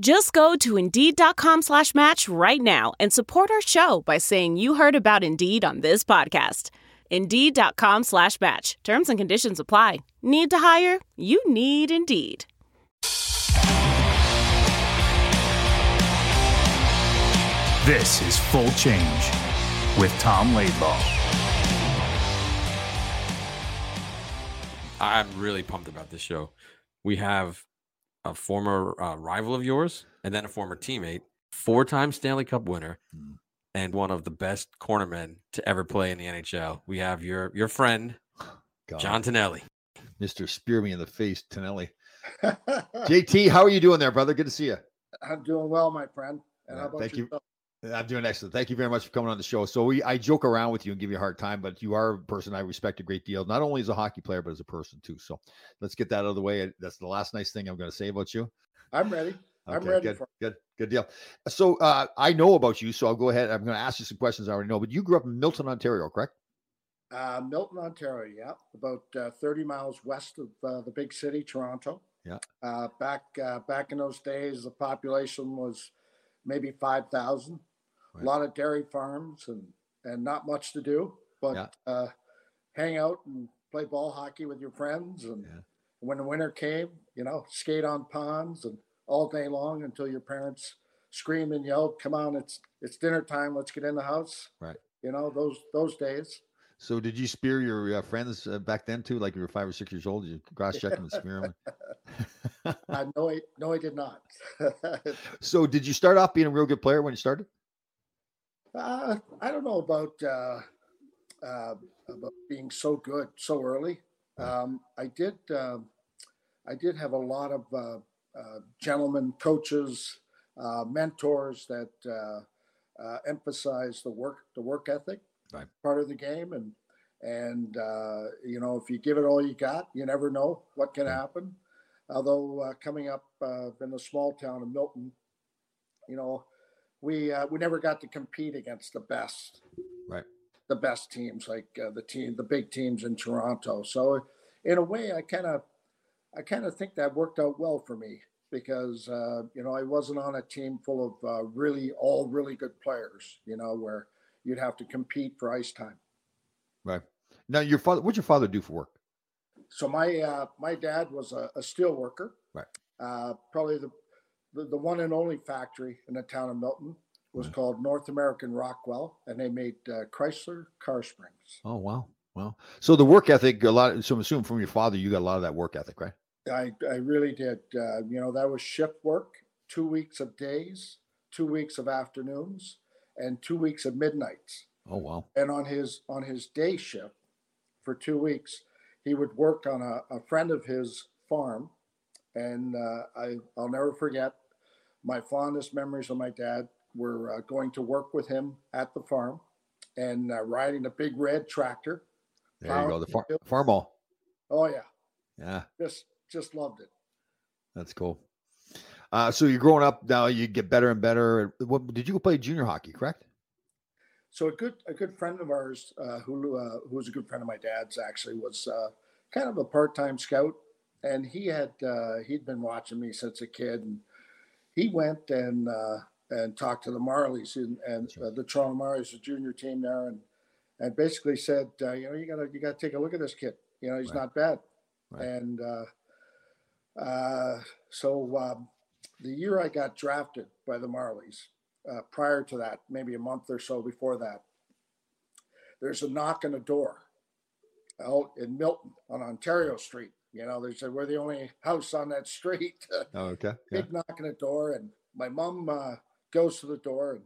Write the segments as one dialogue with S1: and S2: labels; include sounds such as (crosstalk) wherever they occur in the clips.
S1: Just go to Indeed.com slash match right now and support our show by saying you heard about Indeed on this podcast. Indeed.com slash match. Terms and conditions apply. Need to hire? You need Indeed.
S2: This is Full Change with Tom Laidlaw.
S3: I'm really pumped about this show. We have a former uh, rival of yours and then a former teammate, four time Stanley Cup winner, and one of the best cornermen to ever play in the NHL. We have your your friend,
S4: God,
S3: John Tonelli.
S4: Mr. Spear me in the face,
S5: (laughs)
S4: Tonelli. JT, how are you doing there, brother? Good to see you.
S5: I'm doing well, my friend. And
S4: Yeah,
S5: how about
S4: thank you.
S5: yourself?
S4: I'm doing excellent. Thank you very much for coming on the show. So we, I joke around with you and give you a hard time, but you are a person I respect a great deal, not only as a hockey player, but as a person too. So let's get that out of the way. That's the last nice thing I'm going to say about you.
S5: I'm ready. I'm ready
S4: good,
S5: for it.
S4: good, good deal. So uh, I know about you, so I'll go ahead. I'm going to ask you some questions I already know. But you grew up in Milton, Ontario, correct?
S5: Uh, Milton, Ontario, yeah, about uh, 30 miles west of uh, the big city, Toronto.
S4: Yeah.
S5: Uh, back uh, back in those days, the population was maybe 5,000.
S4: Right.
S5: A lot of dairy farms and, and not much to do, but uh, hang out and play ball hockey with your friends. And
S4: Yeah.
S5: when the winter came, you know, skate on ponds and all day long until your parents scream and yell, "Come on, it's it's dinner time. Let's get in the house."
S4: Right.
S5: You know those those days.
S4: So did you spear your uh, friends uh, back then too? Like you were five or six years old, you cross check them and spear (laughs) them.
S5: I no, I no, I Uh, did not. (laughs)
S4: so did you start off being a real good player when you started?
S5: uh, I don't know about uh, uh, about being so good so early. Um, I did. um I did have a lot of uh, uh, gentlemen coaches, uh, mentors that uh, uh, emphasized the work, the work ethic,
S4: Right.
S5: part of the game, and and uh, you know if you give it all you got, you never know what can
S4: Yeah.
S5: happen. Although uh, coming up uh, in the small town of Milton, you know, we uh, we never got to compete against the best,
S4: Right.
S5: The best teams, like uh, the team, the big teams in Toronto. So, in a way, I kind of, I kind of think that worked out well for me because uh, you know I wasn't on a team full of uh, really all really good players. You know, where you'd have to compete for ice time.
S4: Right. Now your father, what'd your father do for work?
S5: So my uh, my dad was a, a steel worker,
S4: Right.
S5: Uh, probably the, the the one and only factory in the town of Milton was
S4: Right.
S5: called North American Rockwell, and they made uh, Chrysler car springs.
S4: Oh wow, wow. So the work ethic, a lot. So I'm assuming from your father, you got a lot of that work ethic, right?
S5: I I really did. Uh, you know that was shift work, two weeks of days, two weeks of afternoons, and two weeks of midnights.
S4: Oh wow.
S5: and on his on his day shift for two weeks he would work on a, a friend of his farm and uh, I, i'll never forget my fondest memories of my dad were uh, going to work with him at the farm and uh, riding a big red tractor
S4: There you go. The far,
S5: Powerful.
S4: farm all.
S5: oh yeah
S4: Yeah,
S5: just just loved it
S4: that's cool. Uh, so you're growing up now. You get better and better. What did you go play junior hockey? Correct.
S5: so a good a good friend of ours uh, who uh, who was a good friend of my dad's actually was uh, kind of a part time scout, and he had uh, he'd been watching me since a kid, and he went and uh, and talked to the Marlies and, and
S4: Sure.
S5: uh, the Toronto Marlies, the junior team there, and and basically said, uh, you know, you gotta you gotta take a look at this kid. You know, he's
S4: Right.
S5: not bad,
S4: Right.
S5: and uh, uh, so um, the year I got drafted by the Marlies, uh, prior to that, maybe a month or so before that. There's a knock on the door out in Milton on Ontario Street. You know, they said we're the only house on that street. (laughs)
S4: Oh, okay. Yeah.
S5: Big knock on the door, and my mom uh, goes to the door, and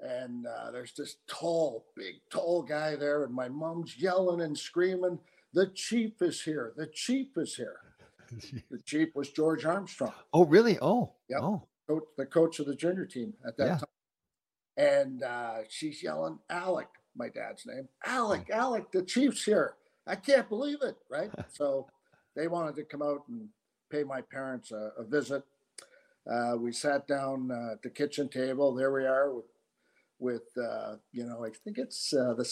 S5: and uh, there's this tall, big, tall guy there, and my mom's yelling and screaming, "The chief is here! The chief is here!" The chief was George Armstrong,
S4: (laughs) oh, really? Oh,
S5: Yep.
S4: Oh,
S5: coach, the coach of the junior team at that
S4: Yeah.
S5: time. And uh, she's yelling, Alec, my dad's name, Alec, Alec, the Chiefs here. I can't believe it,
S4: (laughs)
S5: right? so they wanted to come out and pay my parents a, a visit. Uh, we sat down uh, at the kitchen table. There we are with, with uh, you know, I think it's uh, the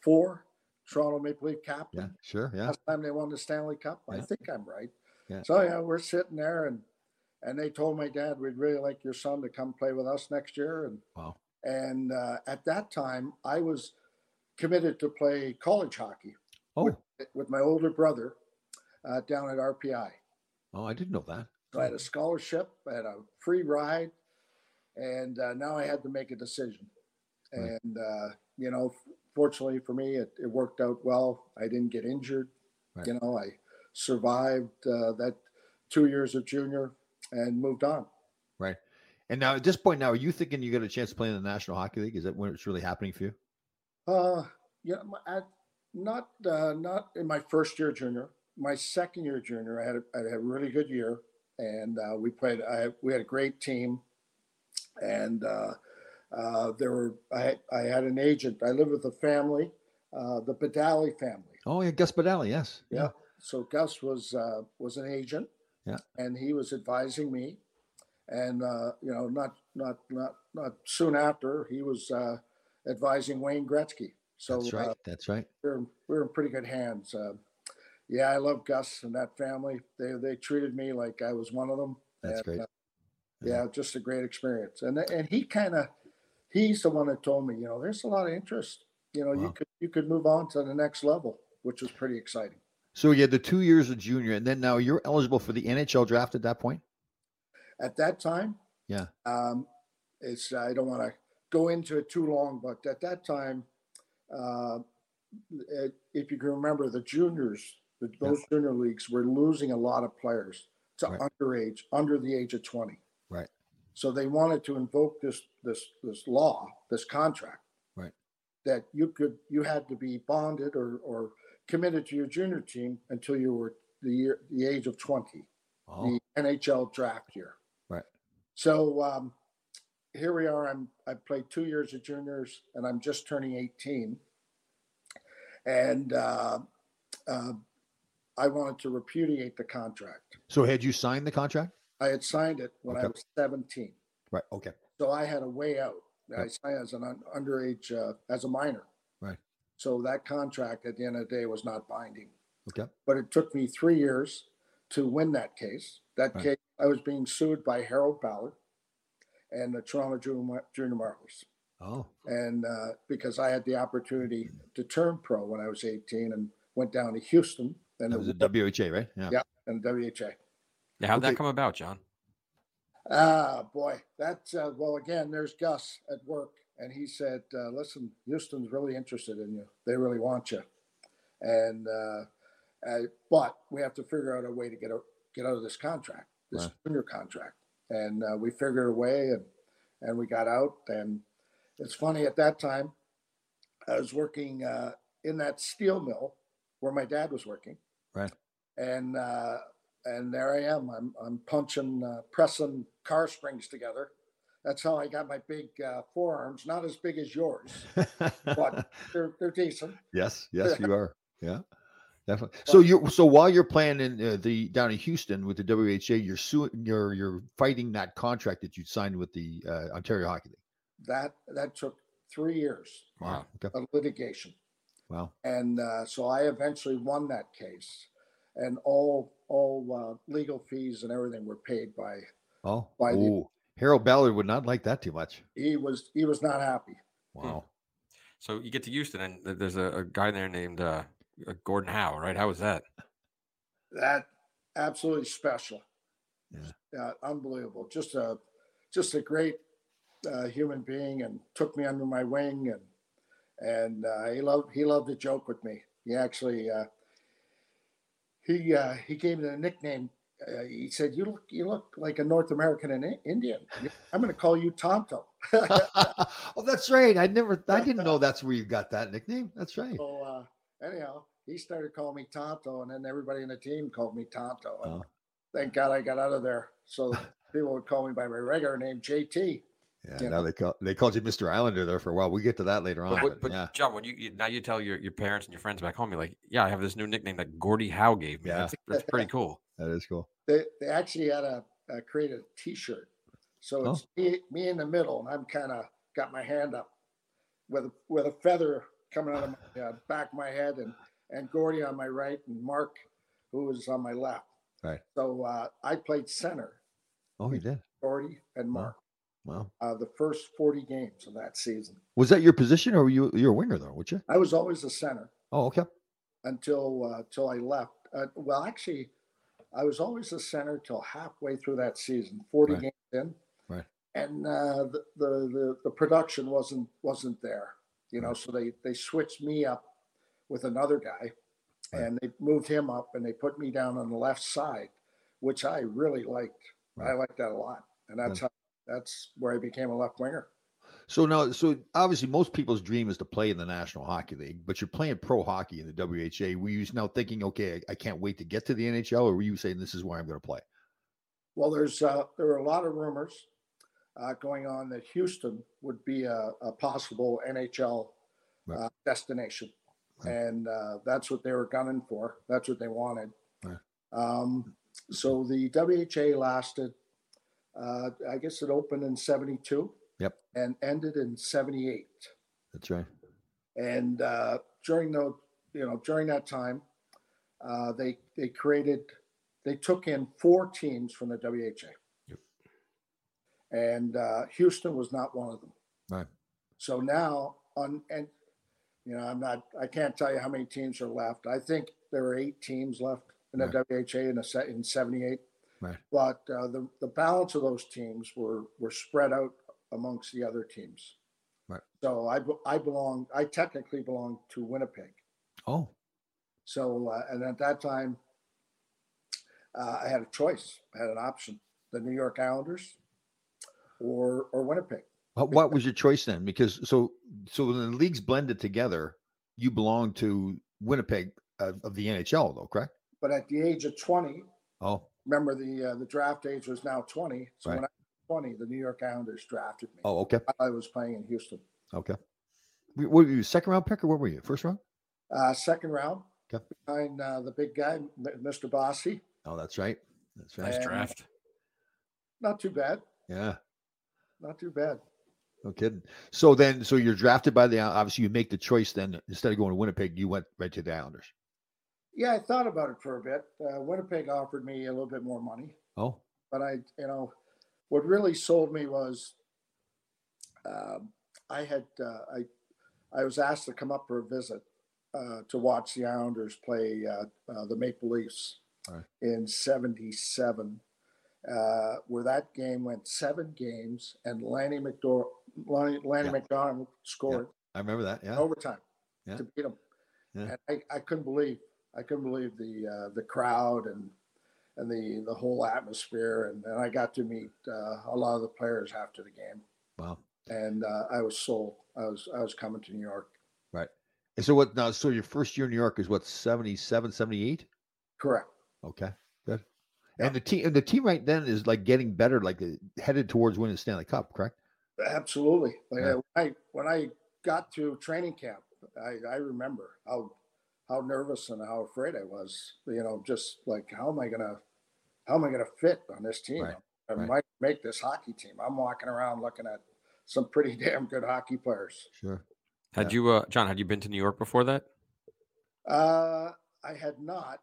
S5: 64 Toronto Maple Leaf captain.
S4: yeah. Sure. Yeah.
S5: Last time they won the Stanley Cup, I
S4: Yeah.
S5: think I'm right.
S4: Yeah.
S5: So yeah, we're sitting there, and and they told my dad we'd really like your son to come play with us next year, and
S4: Wow.
S5: and uh, at that time I was committed to play college hockey
S4: Oh,
S5: with my older brother uh, down at RPI.
S4: oh, I didn't know that.
S5: So I had a scholarship, I had a free ride, and uh, now I had to make a decision.
S4: Right.
S5: And uh, you know, fortunately for me, it, it worked out well. I didn't get injured.
S4: Right.
S5: You know, I survived uh, that two years of junior and moved on.
S4: Right. And now at this point, now are you thinking you got a chance to play in the National Hockey League? Is that when it's really happening for you?
S5: Uh, yeah, my- at, not uh, not in my first year junior. My second year junior, I had a, I had a really good year, and uh, we played. I, we had a great team, and uh, uh, there were I, I had an agent. I lived with a family, uh, the Badali family.
S4: Oh, yeah, Gus Badali. Yes.
S5: Yeah. So Gus was uh, was an agent.
S4: Yeah.
S5: And he was advising me, and uh, you know, not not not not soon after he was uh, advising Wayne Gretzky. So
S4: That's right.
S5: uh,
S4: That's right.
S5: we we're we we're in pretty good hands. Uh, yeah, I love Gus and that family. They they treated me like I was one of them.
S4: That's
S5: and,
S4: great.
S5: uh, yeah, just a great experience. And and he kind of he's the one that told me, you know, there's a lot of interest. You know,
S4: Wow.
S5: you could you could move on to the next level, which was pretty exciting.
S4: So you had the two years of junior, and then now you're eligible for the NHL draft at that point.
S5: at that time.
S4: Yeah.
S5: Um, it's I don't want to go into it too long, but at that time, uh, it, if you can remember, the juniors, the,
S4: Yeah.
S5: those junior leagues were losing a lot of players to
S4: Right.
S5: underage, under the age of twenty.
S4: Right.
S5: So they wanted to invoke this this this law, this contract.
S4: Right.
S5: That you could you had to be bonded or or committed to your junior team until you were the year the age of twenty
S4: Oh,
S5: the NHL draft year.
S4: Right.
S5: So um, here we are. I'm I played two years of juniors, and I'm just turning 18. And uh, uh, I wanted to repudiate the contract.
S4: so had you signed the contract?
S5: I had signed it when I
S4: Okay.
S5: was 17,
S4: Right. Okay.
S5: so I had a way out. I
S4: Right.
S5: signed as an un- underage, uh, as a minor.
S4: Right.
S5: So that contract at the end of the day was not binding
S4: Okay.
S5: but it took me three years to win that case. That
S4: Right.
S5: case, I was being sued by Harold Ballard and the Toronto Junior, Junior Marbles,
S4: Oh,
S5: and uh, because I had the opportunity to turn pro when I was 18 and went down to Houston and
S4: that was a
S5: the,
S4: WHA, right? Yeah.
S5: Yeah. and WHA.
S3: Now, how'd
S4: Okay.
S3: that come about, John?
S5: Ah, boy, that's uh, well. Again, there's Gus at work, and he said, uh, "Listen, Houston's really interested in you. They really want you." And uh, uh, but we have to figure out a way to get out get out of this contract, this
S4: Right.
S5: junior contract. And uh, we figured a way, and and we got out. And it's funny at that time, I was working uh, in that steel mill where my dad was working.
S4: Right.
S5: And uh, and there I am. I'm I'm punching, uh, pressing car springs together. That's how I got my big uh, forearms. Not as big as yours. But- They're they're decent.
S4: (laughs) yes. Yes, you are. Yeah. Definitely. So you so while you're playing in uh, the down in Houston with the WHA, you're suing you're you're fighting that contract that you signed with the uh, Ontario Hockey League.
S5: That that took three years
S3: Wow.
S4: Okay.
S5: of litigation.
S4: Wow.
S5: and uh, so I eventually won that case, and all all uh, legal fees and everything were paid by.
S4: Oh.
S5: By the-
S4: Ooh. Harold Ballard would not like that too much.
S5: He was he was not happy.
S4: (laughs) Wow.
S3: So you get to Houston, and th- there's a, a guy there named uh, uh, Gordon Howe, right? How was that?
S5: That absolutely special,
S4: Yeah.
S5: Uh, unbelievable. Just a just a great uh, human being and took me under my wing and and uh, he loved he loved to joke with me. He actually uh, he uh, he gave me the nickname. Uh, he said, "You look you look like a North American and I- Indian. I'm going to call you Tonto."
S4: oh, that's right. I never, I didn't know that's where you got that nickname. That's right.
S5: (laughs) So uh, anyhow, he started calling me Tonto, and then everybody in the team called me Tonto. And
S4: Oh.
S5: Thank God I got out of there. So
S4: (laughs)
S5: people would call me by my regular name, JT.
S4: Yeah.
S5: Yeah.
S4: Now they call they called you Mr. Islander there for a while. We get to that later on.
S3: But,
S4: But,
S3: what- but
S4: yeah.
S3: John, when you, you now you tell your, your parents and your friends back home, you're like, yeah, I have this new nickname that Gordy Howe gave me.
S4: Yeah.
S3: That's, that's pretty cool.
S4: That is cool.
S5: They they actually had a, a created a T-shirt, so
S4: Oh.
S5: it's me, me in the middle, and I'm kind of got my hand up with a- with a feather coming out of my, uh, back of my head, and and Gordy on my right, and Mark, who was on my left.
S4: Right.
S5: So uh, I played center,
S4: Oh, you did.
S5: Gordy and
S4: Wow.
S5: Mark,
S4: Wow.
S5: uh, the first 40 games of that season.
S4: Was that your position, or were you you're a winger though? Would you?
S5: I was always a center.
S4: Oh, okay.
S5: until uh, till I left. Uh, well, actually, I was always the center till halfway through that season, forty
S4: Right.
S5: games in,
S4: Right.
S5: and uh, the, the the the production wasn't wasn't there, you know. So they they switched me up with another guy,
S4: Right.
S5: and they moved him up, and they put me down on the left side, which I really liked. I
S4: Right.
S5: liked that a lot, and that's how that's where I became a left winger.
S4: So now, so obviously, most people's dream is to play in the National Hockey League, but you're playing pro hockey in the WHA. Were you now thinking, okay, I, I can't wait to get to the NHL, or were you saying this is where I'm going to play?
S5: Well, there's uh, there are a lot of rumors uh, going on that Houston would be a, a possible NHL
S4: Right.
S5: uh, destination,
S4: Right.
S5: and uh, that's what they were gunning for. That's what they wanted.
S4: Right.
S5: Um, so the WHA lasted. Uh, I guess it opened in '72.
S4: Yep.
S5: And ended in '78.
S4: That's right.
S5: And uh, during the you know during that time, uh, they they created they took in four teams from the WHA,
S3: Yep.
S5: and uh, Houston was not one of them.
S4: Right.
S5: So now on and you know I'm not I can't tell you how many teams are left. I think there are eight teams left in the WHA in a set in '78.
S4: Right.
S5: But uh, the the balance of those teams were were spread out amongst the other teams.
S4: Right.
S5: So I be- I belong I technically belong to Winnipeg.
S4: Oh,
S5: So, uh, and at that time, uh, I had a choice. I had an option: the New York Islanders or or Winnipeg.
S4: what, what was your choice then? Because so so when the leagues blended together, you belong to Winnipeg uh, of the NHL, though, correct?
S5: But at the age of twenty,
S4: Oh,
S5: remember the uh, the draft age was now twenty. So
S4: Right.
S5: when I was twenty, the New York Islanders drafted me.
S4: oh, okay,
S5: while I was playing in Houston.
S4: okay. Were were you second round pick or what were you? First round?
S5: Uh, second round,
S4: Okay.
S5: behind uh, the big guy, M- Mr. Bossy.
S4: Oh, that's right. That's right.
S3: Nice
S5: And-
S3: draft.
S5: Not too bad.
S4: Yeah.
S5: Not too bad.
S4: No kidding. So then, so you're drafted by the Isle- obviously you make the choice. Then instead of going to Winnipeg, you went right to the Islanders.
S5: Yeah, I thought about it for a bit. Uh, Winnipeg offered me a little bit more money.
S4: Oh,
S5: but I, you know, what really sold me was um, I had uh, I I was asked to come up for a visit uh, to watch the Islanders play uh, uh, the Maple Leafs
S4: Right.
S5: in '77, uh, where that game went seven games, and Lanny McDor Lanny, Lanny
S4: Yeah.
S5: McDonald scored
S4: I remember that.
S5: in
S4: Yeah,
S5: overtime
S4: Yeah.
S5: to beat him.
S4: Yeah.
S5: And I, I couldn't believe I couldn't believe the uh, the crowd and and the the whole atmosphere and, and I got to meet uh, a lot of the players after the game
S4: wow.
S5: and uh, I was sold I was I was coming to New York
S4: And so what? Now, so your first year in New York is what 77, 78?
S5: correct
S4: Okay, good. And the team, and the team right then is like getting better, like uh, headed towards winning the Stanley Cup, correct?
S5: absolutely like
S4: Yeah.
S5: I, when I got to training camp I, I remember how how nervous and how afraid I was you know just like how am I gonna how am I gonna fit on this team
S4: Right,
S5: I
S4: right.
S5: might make this hockey team I'm walking around looking at some pretty (laughs) damn good hockey players
S4: Sure.
S3: Had you, uh, John, had you been to New York before that?
S5: Uh, I had not.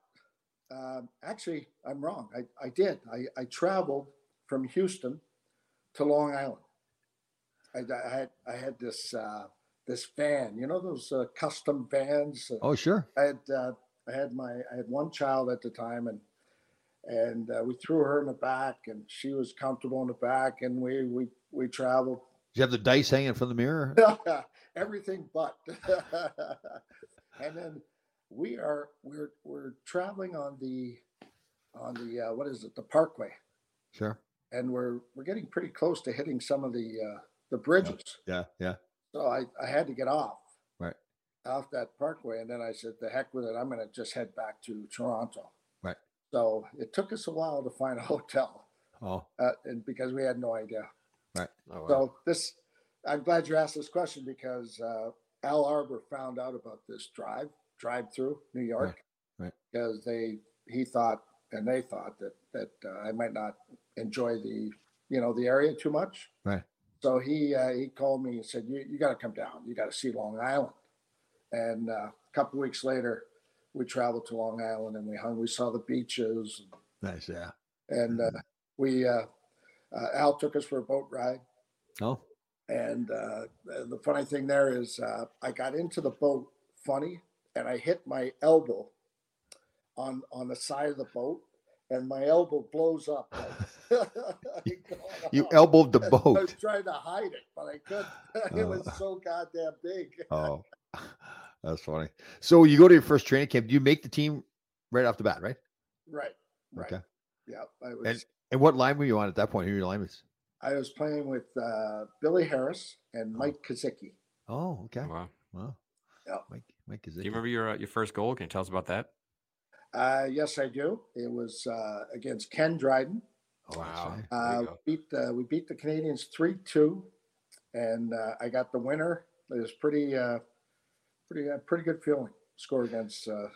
S5: Um, actually, I'm wrong. I, I did. I, I traveled from Houston to Long Island. I, I had I had this uh, this van. You know those uh, custom vans. Uh,
S4: Oh, sure.
S5: I had uh, I had my I had one child at the time, and and uh, we threw her in the back, and she was comfortable in the back, and we we we traveled
S4: you have the dice hanging from the mirror?
S5: (laughs) everything but. and then we are we're we're traveling on the on the uh, what is it the Parkway,
S4: Sure.
S5: and we're we're getting pretty close to hitting some of the uh, the bridges.
S4: Yeah, yeah.
S5: So I I had to get off.
S4: Right.
S5: Off that Parkway, and then I said, "The heck with it! I'm going to just head back to Toronto."
S4: Right.
S5: So it took us a while to find a (laughs) hotel,
S4: Oh,
S5: uh, and because we had no idea.
S3: Oh, wow.
S5: So this, I'm glad you asked this question because uh, Al Arbor found out about this drive drive through New York
S4: right.
S5: because they he thought and they thought that that uh, I might not enjoy the you know the area too much.
S4: Right.
S5: So he uh, he called me and said you you got to come down. You got to see Long Island. And uh, a couple weeks later, we traveled to Long Island and we hung. We saw the beaches
S4: nice. Yeah.
S5: and uh, we uh, uh, Al took us for a boat ride.
S4: Oh,
S5: And uh, the the funny thing there is, uh, I got into the boat funny, and I hit my elbow on on the side of the boat, and my elbow blows
S4: (laughs)
S5: up. (laughs) It got
S4: you
S5: off.
S4: elbowed the (laughs)
S5: (laughs) I was
S4: boat.
S5: trying to hide it, but I couldn't. (laughs) it was
S4: Oh.
S5: so goddamn big. (laughs)
S4: Oh, (laughs) that's funny. So you go to your first training camp. Do you make the team right off the bat, right?
S5: Right, right.
S4: Okay.
S5: Yeah, I was.
S4: And and what line were you on at that point? Who were your linemen?
S5: I was playing with uh, Billy Harris and
S4: Uh-huh.
S5: Mike Kazicki.
S4: Oh, okay.
S3: Wow.
S4: Wow.
S5: Yeah.
S4: Mike, Mike is
S3: Do you remember your uh, your first goal? Can you tell us about that?
S5: Uh, yes, I do. It was uh, against Ken Dryden.
S4: Oh,
S3: Wow. There you
S5: Uh,
S3: go.
S5: beat the, we beat the Canadians three two, and uh, I got the winner. It was pretty, uh, pretty, uh, pretty good feeling. Score against uh,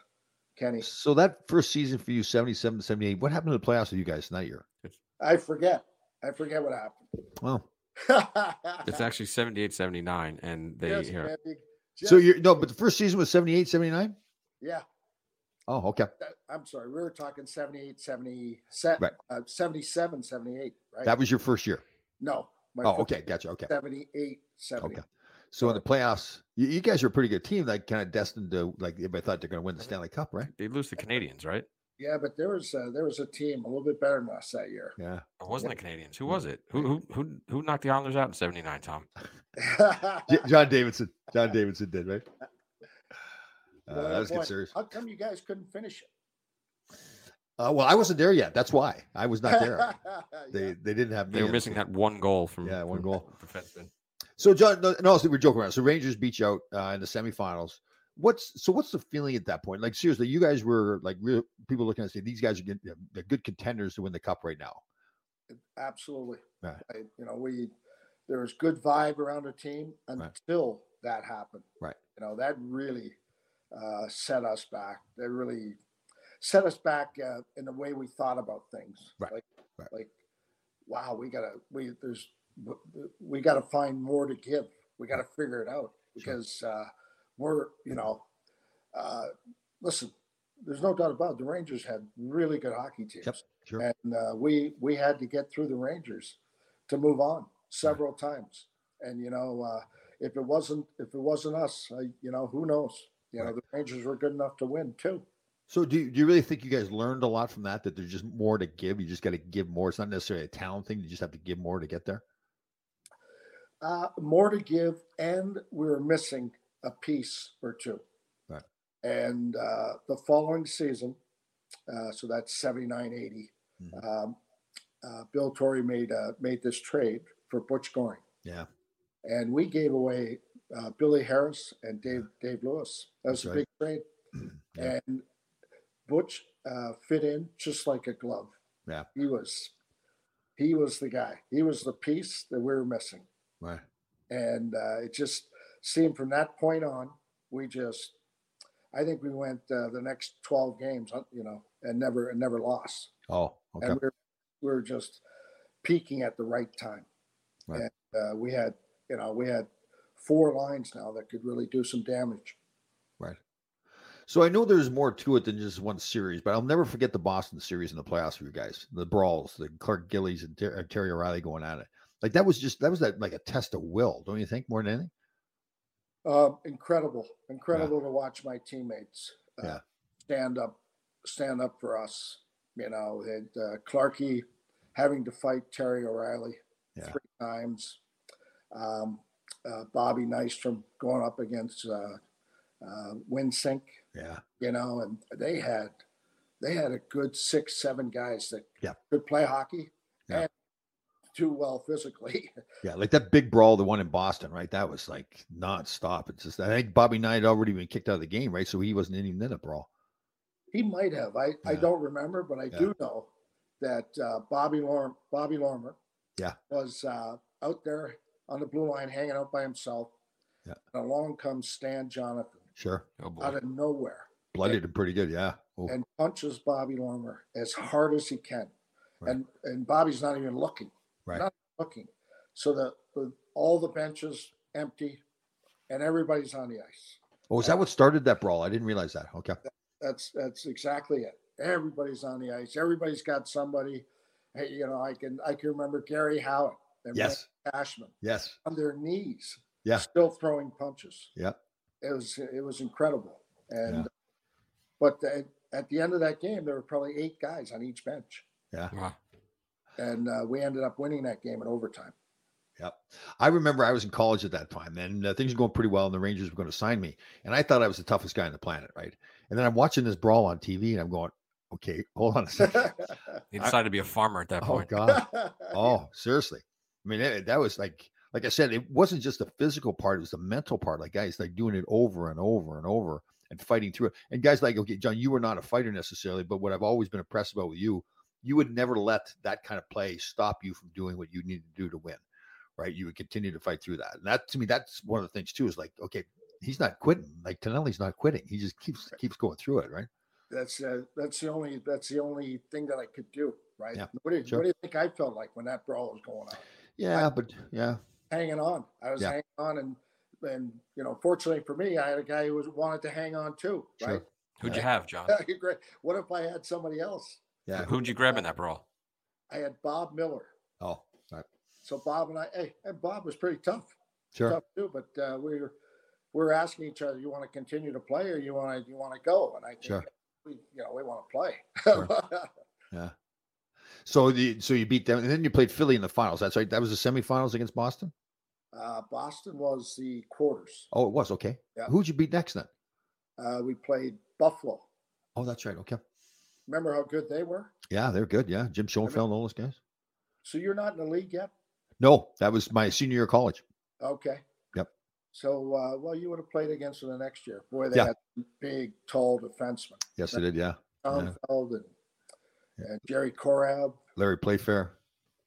S5: Kenny.
S4: So that first season for you, 77 78, what happened to the playoffs with you guys in that year?
S5: I forget. I forget what (laughs)
S4: Wow.
S5: happened.
S3: (laughs) It's actually 78 79, and they
S5: Yes,
S3: here.
S5: Andy.
S4: So
S5: Yes,
S4: you're no, but the first season was 78 79?
S5: yeah.
S4: Oh, okay.
S5: that- I'm sorry. We were talking 78, 77,
S4: Right.
S5: uh, 77, 78, right?
S4: That was your first year.
S5: no. My
S4: Oh,
S5: first
S4: okay. Gotcha. Okay.
S5: 78, 70.
S4: Okay. So in the playoffs, you, you guys are a pretty good team, like kind of destined to, like, everybody thought they're going to win the Stanley Cup, right?
S3: They lose to Canadians, right?
S5: Yeah, but there was uh, there was a team a little bit better than us that year.
S4: Yeah.
S3: It wasn't the Canadians. Who was it? Who who who, who knocked the Islanders out in '79? Tom.
S5: (laughs)
S4: J- John Davidson. John Davidson did, right?
S5: Well,
S4: Uh, let's
S5: boy,
S4: get serious.
S5: How come you guys couldn't finish it?
S4: Uh, well, I wasn't there yet. That's why I was not there.
S5: (laughs) Yeah.
S4: They they didn't have
S3: They
S4: me
S3: were
S4: in.
S3: missing that one goal from
S4: Yeah, one
S3: from
S4: goal.
S3: the defenseman.
S4: So John, no, no, so we're joking around. So Rangers beat you out uh, in the semifinals. What's so? What's the feeling at that point? Like seriously, you guys were like real people looking at say these guys are good, they're good contenders to win the cup right now.
S5: Absolutely.
S4: Right.
S5: I, you know, we there was good vibe around the team
S4: Right.
S5: until that happened.
S4: Right.
S5: You know, that really uh, set us back. That really set us back uh, in the way we thought about things.
S4: Right.
S5: Like,
S4: Right.
S5: like, wow, we gotta we there's we gotta find more to give. We gotta figure it out because uh, we're you know, uh, listen, there's no doubt about it, the Rangers had really good hockey teams
S4: Sure.
S5: and uh, we we had to get through the Rangers to move on several times. And you know, uh, if it wasn't if it wasn't us, I, you know, who knows? You know,
S4: Right.
S5: the Rangers were good enough to win too.
S4: So do you, do you really think you guys learned a lot from that? That there's just more to give. You just got to give more. It's not necessarily a talent thing. You just have to give more to get there.
S5: Uh, more to give, and we were missing a piece or two.
S4: Right.
S5: And uh, the following season, uh, so that's 79 80,
S4: Mhm.
S5: um, uh, Bill Torrey made, uh, made this trade for Butch Goring.
S4: Yeah.
S5: and we gave away uh, Billy Harris and Dave Dave Lewis. That was
S4: That's
S5: a big trade,
S4: (clears throat) Yeah.
S5: and Butch uh, fit in just like a glove.
S4: Yeah.
S5: he was he was the guy. He was the piece that we were missing,
S4: Right.
S5: and uh, it just seemed from that point on, we just I think we went uh, the next twelve games, uh, you know, and never and never lost,
S4: Oh. Okay.
S5: and we were, we were just peaking at the right time
S4: Right.
S5: uh, we had you know we had four lines now that could really do some damage
S4: So I know there's more to it than just one series, but I'll never forget the Boston series in the playoffs for you guys. The brawls, the Clark Gillies and Ter- uh, Terry O'Reilly going at it. Like that was just that was that like a test of will, don't you think? More than anything.
S5: um, incredible incredible to watch my teammates uh,
S4: Yeah.
S5: stand up stand up for us you know and uh, clarky having to fight terry o'reilly
S4: Yeah.
S5: three times um, uh, Bobby Nice from going up against uh, uh, Winsink,
S4: Yeah.
S5: you know, and they had they had a good six, seven guys that
S4: Yeah.
S5: could play hockey
S4: Yeah.
S5: and do well physically. (laughs)
S4: Yeah, like that big brawl, the one in Boston, right? That was like nonstop. It's just I think Bobby Knight had already been kicked out of the game, right? So he wasn't even in a brawl.
S5: He might have. I, I
S4: Yeah.
S5: don't remember, but I
S4: Yeah.
S5: do know that uh, Bobby Lorm, Bobby Lormer,
S4: Yeah.
S5: was uh, out there on the blue line hanging out by himself.
S4: Yeah.
S5: And along comes Stan Jonathan
S4: Sure,
S3: Oh boy.
S5: out of nowhere
S4: blooded him pretty good. Yeah. Oh,
S5: and punches Bobby Lormer as hard as he can,
S4: Right.
S5: and and Bobby's not even looking,
S4: Right.
S5: not looking, so that the, all the benches empty, and everybody's on the ice.
S4: oh, is that what started that brawl? I didn't realize that. Okay.
S5: that's that's exactly it. Everybody's on the ice. Everybody's got somebody. Hey, you know, I can I can remember Gary Howitt and
S4: Yes.
S5: Randy Cashman
S4: Yes.
S5: on their knees,
S4: Yeah.
S5: still throwing punches.
S4: Yeah.
S5: It was it was incredible. And
S4: Yeah.
S5: but the, at the end of that game, there were probably eight guys on each bench,
S3: Wow.
S5: and uh, we ended up winning that game
S4: (laughs)
S5: in overtime.
S4: Yep. I remember I was in college at that time and uh, things were going pretty well and the Rangers were going to sign me. And I thought I was the toughest guy on the planet, right? And then I'm watching this brawl on TV and I'm going, okay, hold on a
S5: (laughs)
S4: second. (laughs)
S3: He
S4: I-
S3: decided to be a farmer at that
S4: oh,
S3: point.
S4: God. Oh, seriously. I mean, it, that was like, like I said, it wasn't just the physical part; it was the mental part. Like guys, like doing it over and over and over and fighting through it. And guys, like okay, John, you were not a fighter necessarily, but what I've always been impressed about with you, you would never let that kind of play stop you from doing what you needed to do to win. Right? You would continue to fight through that. And that to me, that's one of the things too. Is like, okay, he's not quitting. Like Tonelli's not quitting. He just keeps keeps going through it. Right?
S5: that's uh, that's the only that's the only thing that I could do. Right?
S4: Yeah,
S5: What, do, you-
S4: sure.
S5: what do you think I felt like when that brawl was going on?
S4: Yeah, but yeah,
S5: hanging on. I was
S4: Yeah.
S5: hanging on, and and you know, fortunately for me, I had a guy who was wanted to hang on too. Right? (laughs)
S4: Sure.
S3: Who'd you have, John?
S5: Great. what if I had somebody else?
S4: yeah.
S3: Who'd you grab in that brawl?
S5: I had Bob Miller.
S4: Oh,
S5: So Bob and I, hey, and Bob was pretty tough,
S4: sure.
S5: tough too. But uh, we were we were asking each other, you want to continue to play or you want to you want to go? And I think
S4: Sure.
S5: we you know we want to play.
S4: So the so you beat them, and then you played Philly in the finals. That's right. That was the semifinals against Boston.
S5: (laughs) uh, Boston was the quarters.
S4: Oh, it was okay.
S5: Yeah.
S4: Who'd you beat next then?
S5: Uh, we played Buffalo.
S4: Oh, that's right. Okay.
S5: Remember how good they were?
S4: Yeah, they're good. Yeah, Jim Schoenfeld and all those guys.
S5: So you're not in the league yet.
S4: No, that was my senior year of college.
S5: Okay.
S4: Yep.
S5: So, uh, well, you would have played against them the next year. Boy, they
S4: Yeah.
S5: had big, tall defensemen.
S4: Yes, I did. Yeah, Yeah.
S5: Schoenfeld and,
S4: Yeah.
S5: and Jerry Korab,
S4: Larry Playfair.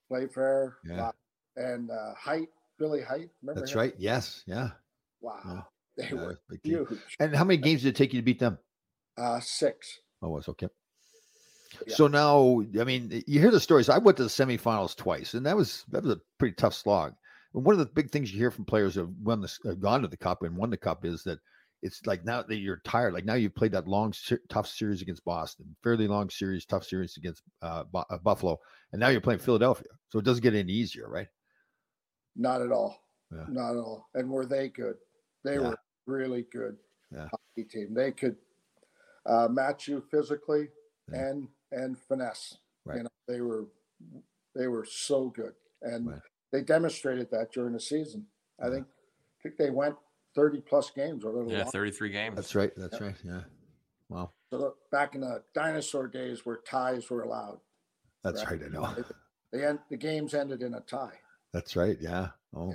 S5: Playfair,
S4: Yeah.
S5: wow, and uh, Height, Billy Height. Remember
S4: That's
S5: him?
S4: right. Yes. Yeah.
S5: Wow. They
S4: yeah,
S5: were
S4: big team.
S5: huge.
S4: And how many games did it take you to beat them?
S5: Uh, six.
S4: Oh, it was okay.
S5: Yeah.
S4: So now, I mean, you hear the stories. I went to the semifinals twice, and that was that was a pretty tough slog. And one of the big things you hear from players who have won this, have gone to the cup and won the cup is that it's like now that you're tired. Like now you've played that long, ser- tough series against Boston, fairly long series, tough series against uh, Bu- uh, Buffalo, and now you're playing Philadelphia. So it doesn't get any easier, right?
S5: Not at all.
S4: Yeah.
S5: Not at all. And were they good? They
S4: Yeah.
S5: were really good
S4: Yeah.
S5: hockey team. They could uh, match you physically
S4: Yeah.
S5: and and finesse.
S4: Right.
S5: You know, they were they were so good, and
S4: Right.
S5: they demonstrated that during the season. I
S4: Yeah.
S5: think I think they went thirty plus games or a little
S3: Yeah,
S5: longer.
S3: 33 games.
S4: That's right. That's right. Yeah. Wow.
S5: So the- back in the dinosaur days, where ties were allowed,
S4: That's
S5: Right.
S4: right. I know.
S5: the end the games ended in a tie.
S4: That's right. Yeah. Oh,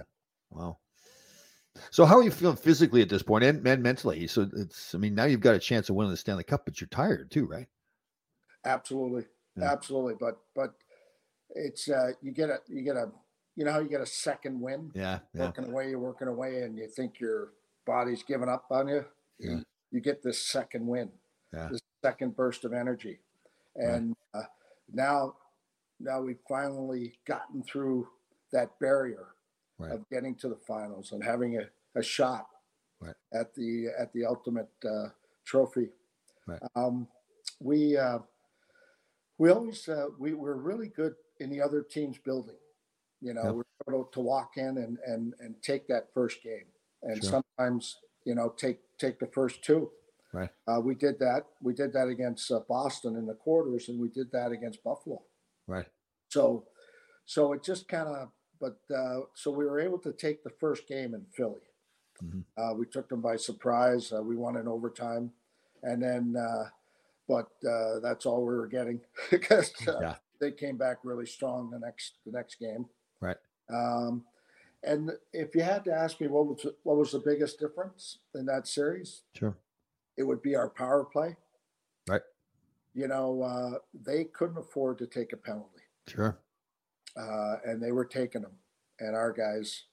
S4: wow. So how are you feeling physically at this point and, and mentally? So it's, I mean, now you've got a chance of winning the Stanley Cup, but you're tired too, right?
S5: Absolutely,
S4: Yeah.
S5: absolutely. But but it's uh, you get a you get a you know how you get a second win.
S4: Yeah.
S5: working away, you're working away, and you think your body's giving up on you. you-
S4: Yeah.
S5: You get this second win,
S4: Yeah.
S5: this second burst of energy,
S4: Right.
S5: and uh, now, now we've finally gotten through that barrier
S4: Right.
S5: of getting to the finals and having a, a shot
S4: Right.
S5: at the at the ultimate uh, trophy.
S4: Right.
S5: Um, we uh, we always uh, we we're really good in the other team's building. You know,
S4: Yep.
S5: we're able to walk in and and and take that first game, and
S4: Sure.
S5: sometimes you know take take the first two.
S4: Right.
S5: Uh, we did that. We did that against uh, Boston in the quarters, and we did that against Buffalo.
S4: Right.
S5: So, so it just kind of but uh, so we were able to take the first game in Philly.
S4: Mhm.
S5: Uh, we took them by surprise. Uh, we won in overtime, and then, uh, but uh, that's all we were getting (laughs) because uh,
S4: Yeah.
S5: they came back really strong the next the next game.
S4: Right.
S5: Um, and if you had to ask me what was what was the biggest difference in that series,
S4: Sure.
S5: it would be our power play.
S4: Right.
S5: You know, uh, they couldn't afford to take a penalty
S4: Sure.
S5: uh, and they were taking them. And our guys,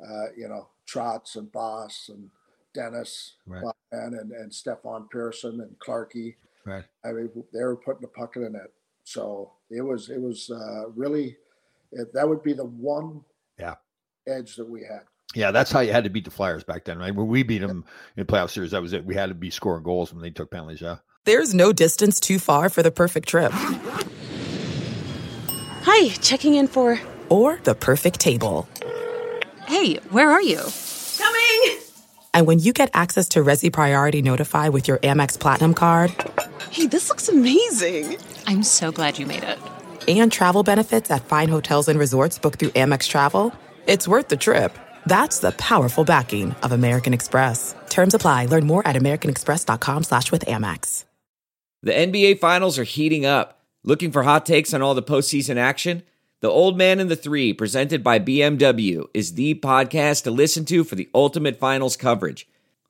S5: uh, you know, Trotz and Boss and Dennis
S4: Right.
S5: Blackman and, and Stefan Pearson and Clarkey,
S4: Right.
S5: I mean, they were putting the puck in the net. So it was it was uh, really it, that would be the one
S4: Yeah.
S5: edge that we had.
S4: Yeah, that's how you had to beat the Flyers back then, right? When we beat them in playoff series, that was it. We had to be scoring goals when they took penalties. Yeah.
S6: There's no distance too far for the perfect trip
S7: Hi, checking in for.
S6: or the perfect table.
S7: Hey, where are you?
S1: Coming!
S6: And when you get access to Resi Priority Notify with your Amex Platinum card
S7: Hey, this looks amazing. I'm so glad you made it.
S6: and travel benefits at fine hotels and resorts booked through Amex Travel, it's worth the trip. That's the powerful backing of American Express. Terms apply. Learn more at americanexpress.com slash with Amex.
S8: The NBA Finals are heating up. Looking for hot takes on all the postseason action? The Old Man and the Three, presented by BMW, is the podcast to listen to for the ultimate finals coverage.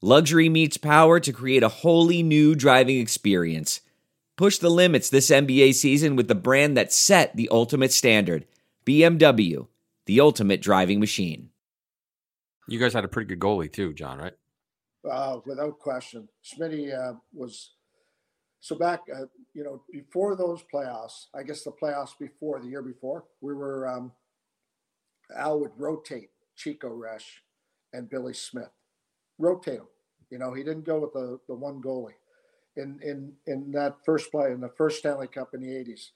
S8: Luxury meets power to create a wholly new driving experience. Push the limits this NBA season with the brand that set the ultimate standard BMW, the ultimate driving machine.
S3: You guys had a pretty good goalie too, John, right?
S5: Uh, without question, Smitty uh, was so back. Uh, you know, before those playoffs, I guess the playoffs before the year before, we were um, Al would rotate Chico Resch and Billy Smith, rotate them. You know, he didn't go with the the one goalie. In in in that first play in the first Stanley Cup in the '80s,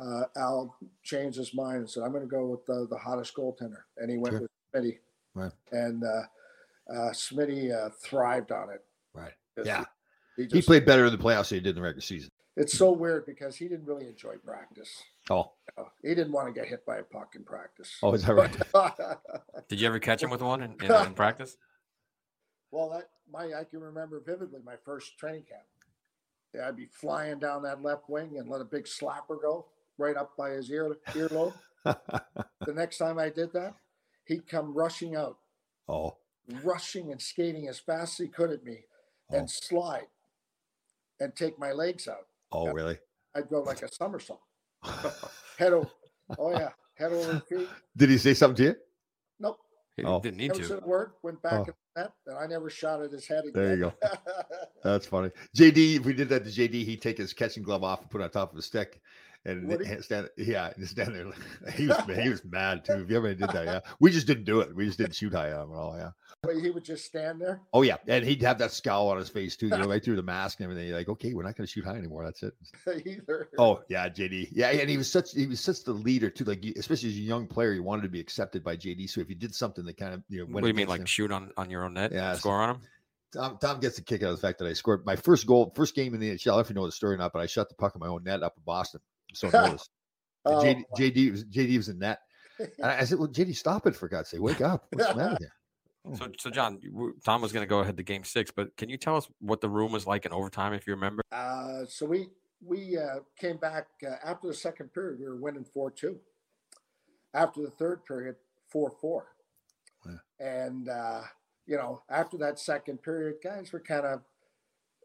S5: uh, Al changed his mind and said, "I'm going to go with the the hottest goaltender," and he went
S4: Sure.
S5: with Smitty.
S4: Right.
S5: And uh, uh, Smitty uh, thrived on it.
S4: Right.
S5: Yes,
S4: Yeah.
S5: He,
S4: He
S5: just,
S4: played better in the playoffs than he did in the regular season.
S5: It's so weird because he didn't really enjoy practice.
S4: Oh.
S5: You know? He didn't want to get hit by a puck in practice.
S4: Oh, is that right?
S3: Did you ever catch him with one in, in, in practice?
S5: (laughs) well, that my I can remember vividly my first training camp. Yeah, I'd be flying down that left wing and let a big slapper go right up by his ear earlobe. (laughs) the next time I did that, he'd come rushing out,
S4: (laughs) oh.
S5: rushing and skating as fast as he could at me,
S4: Oh.
S5: and slide, and take my legs out.
S4: Oh,
S5: (laughs)
S4: really?
S5: I'd go like a somersault.
S4: (laughs)
S5: head over. Oh yeah, head over the feet.
S4: Did he say something to you?
S5: Nope.
S3: He
S4: Oh.
S3: didn't need
S5: Never said
S3: to.
S5: a word. Went back
S4: Oh.
S5: in to the net, and I never shot at his head again.
S4: There you go. That's funny. JD, if we did that to JD, he'd take his catching glove off and put it on top of his stick. And
S5: Would he?
S4: ha- stand, yeah, and stand there. (laughs) like-
S5: (laughs)
S4: He was he was mad too. If you ever did that, yeah, we just didn't do it. We just didn't shoot high at him at all. Yeah.
S5: (laughs) but he would just stand there. (laughs)
S4: Oh yeah, and he'd have that scowl on his face too. You know, right through the mask and everything. You're like, okay, we're not going to shoot high anymore. That's it.
S5: Either.
S4: Oh yeah, JD. Yeah, and he was such he was such the leader too. Like you- especially as a young player, you wanted to be accepted by JD. So if you did something that kind of you know,
S3: What
S4: went
S3: do you mean,
S4: against
S3: like
S4: him-
S3: shoot on, on your own net?
S4: Yeah,
S3: Yeah,
S4: it's-
S3: score on him?
S4: Tom, Tom gets a kick out of the fact that I scored my first goal, first game in the NHL. I don't know if you know the story or not, but I shot the puck in my own net up in Boston. I'm So nervous. And
S5: Oh,
S4: JD, JD, was, JD was in net.
S5: (laughs)
S4: And I I said, Well, JD, stop it for God's sake. Wake up. What's the matter with you? Oh.
S3: So, so John, you were- Tom was going to go ahead to game six, but can you tell us what the room was like in overtime, if you remember?
S5: Uh, so we we uh, came back uh, after the second period. We were winning four two. After the third period, four four.
S4: Yeah.
S5: And uh, you know, after that second period, guys were kind of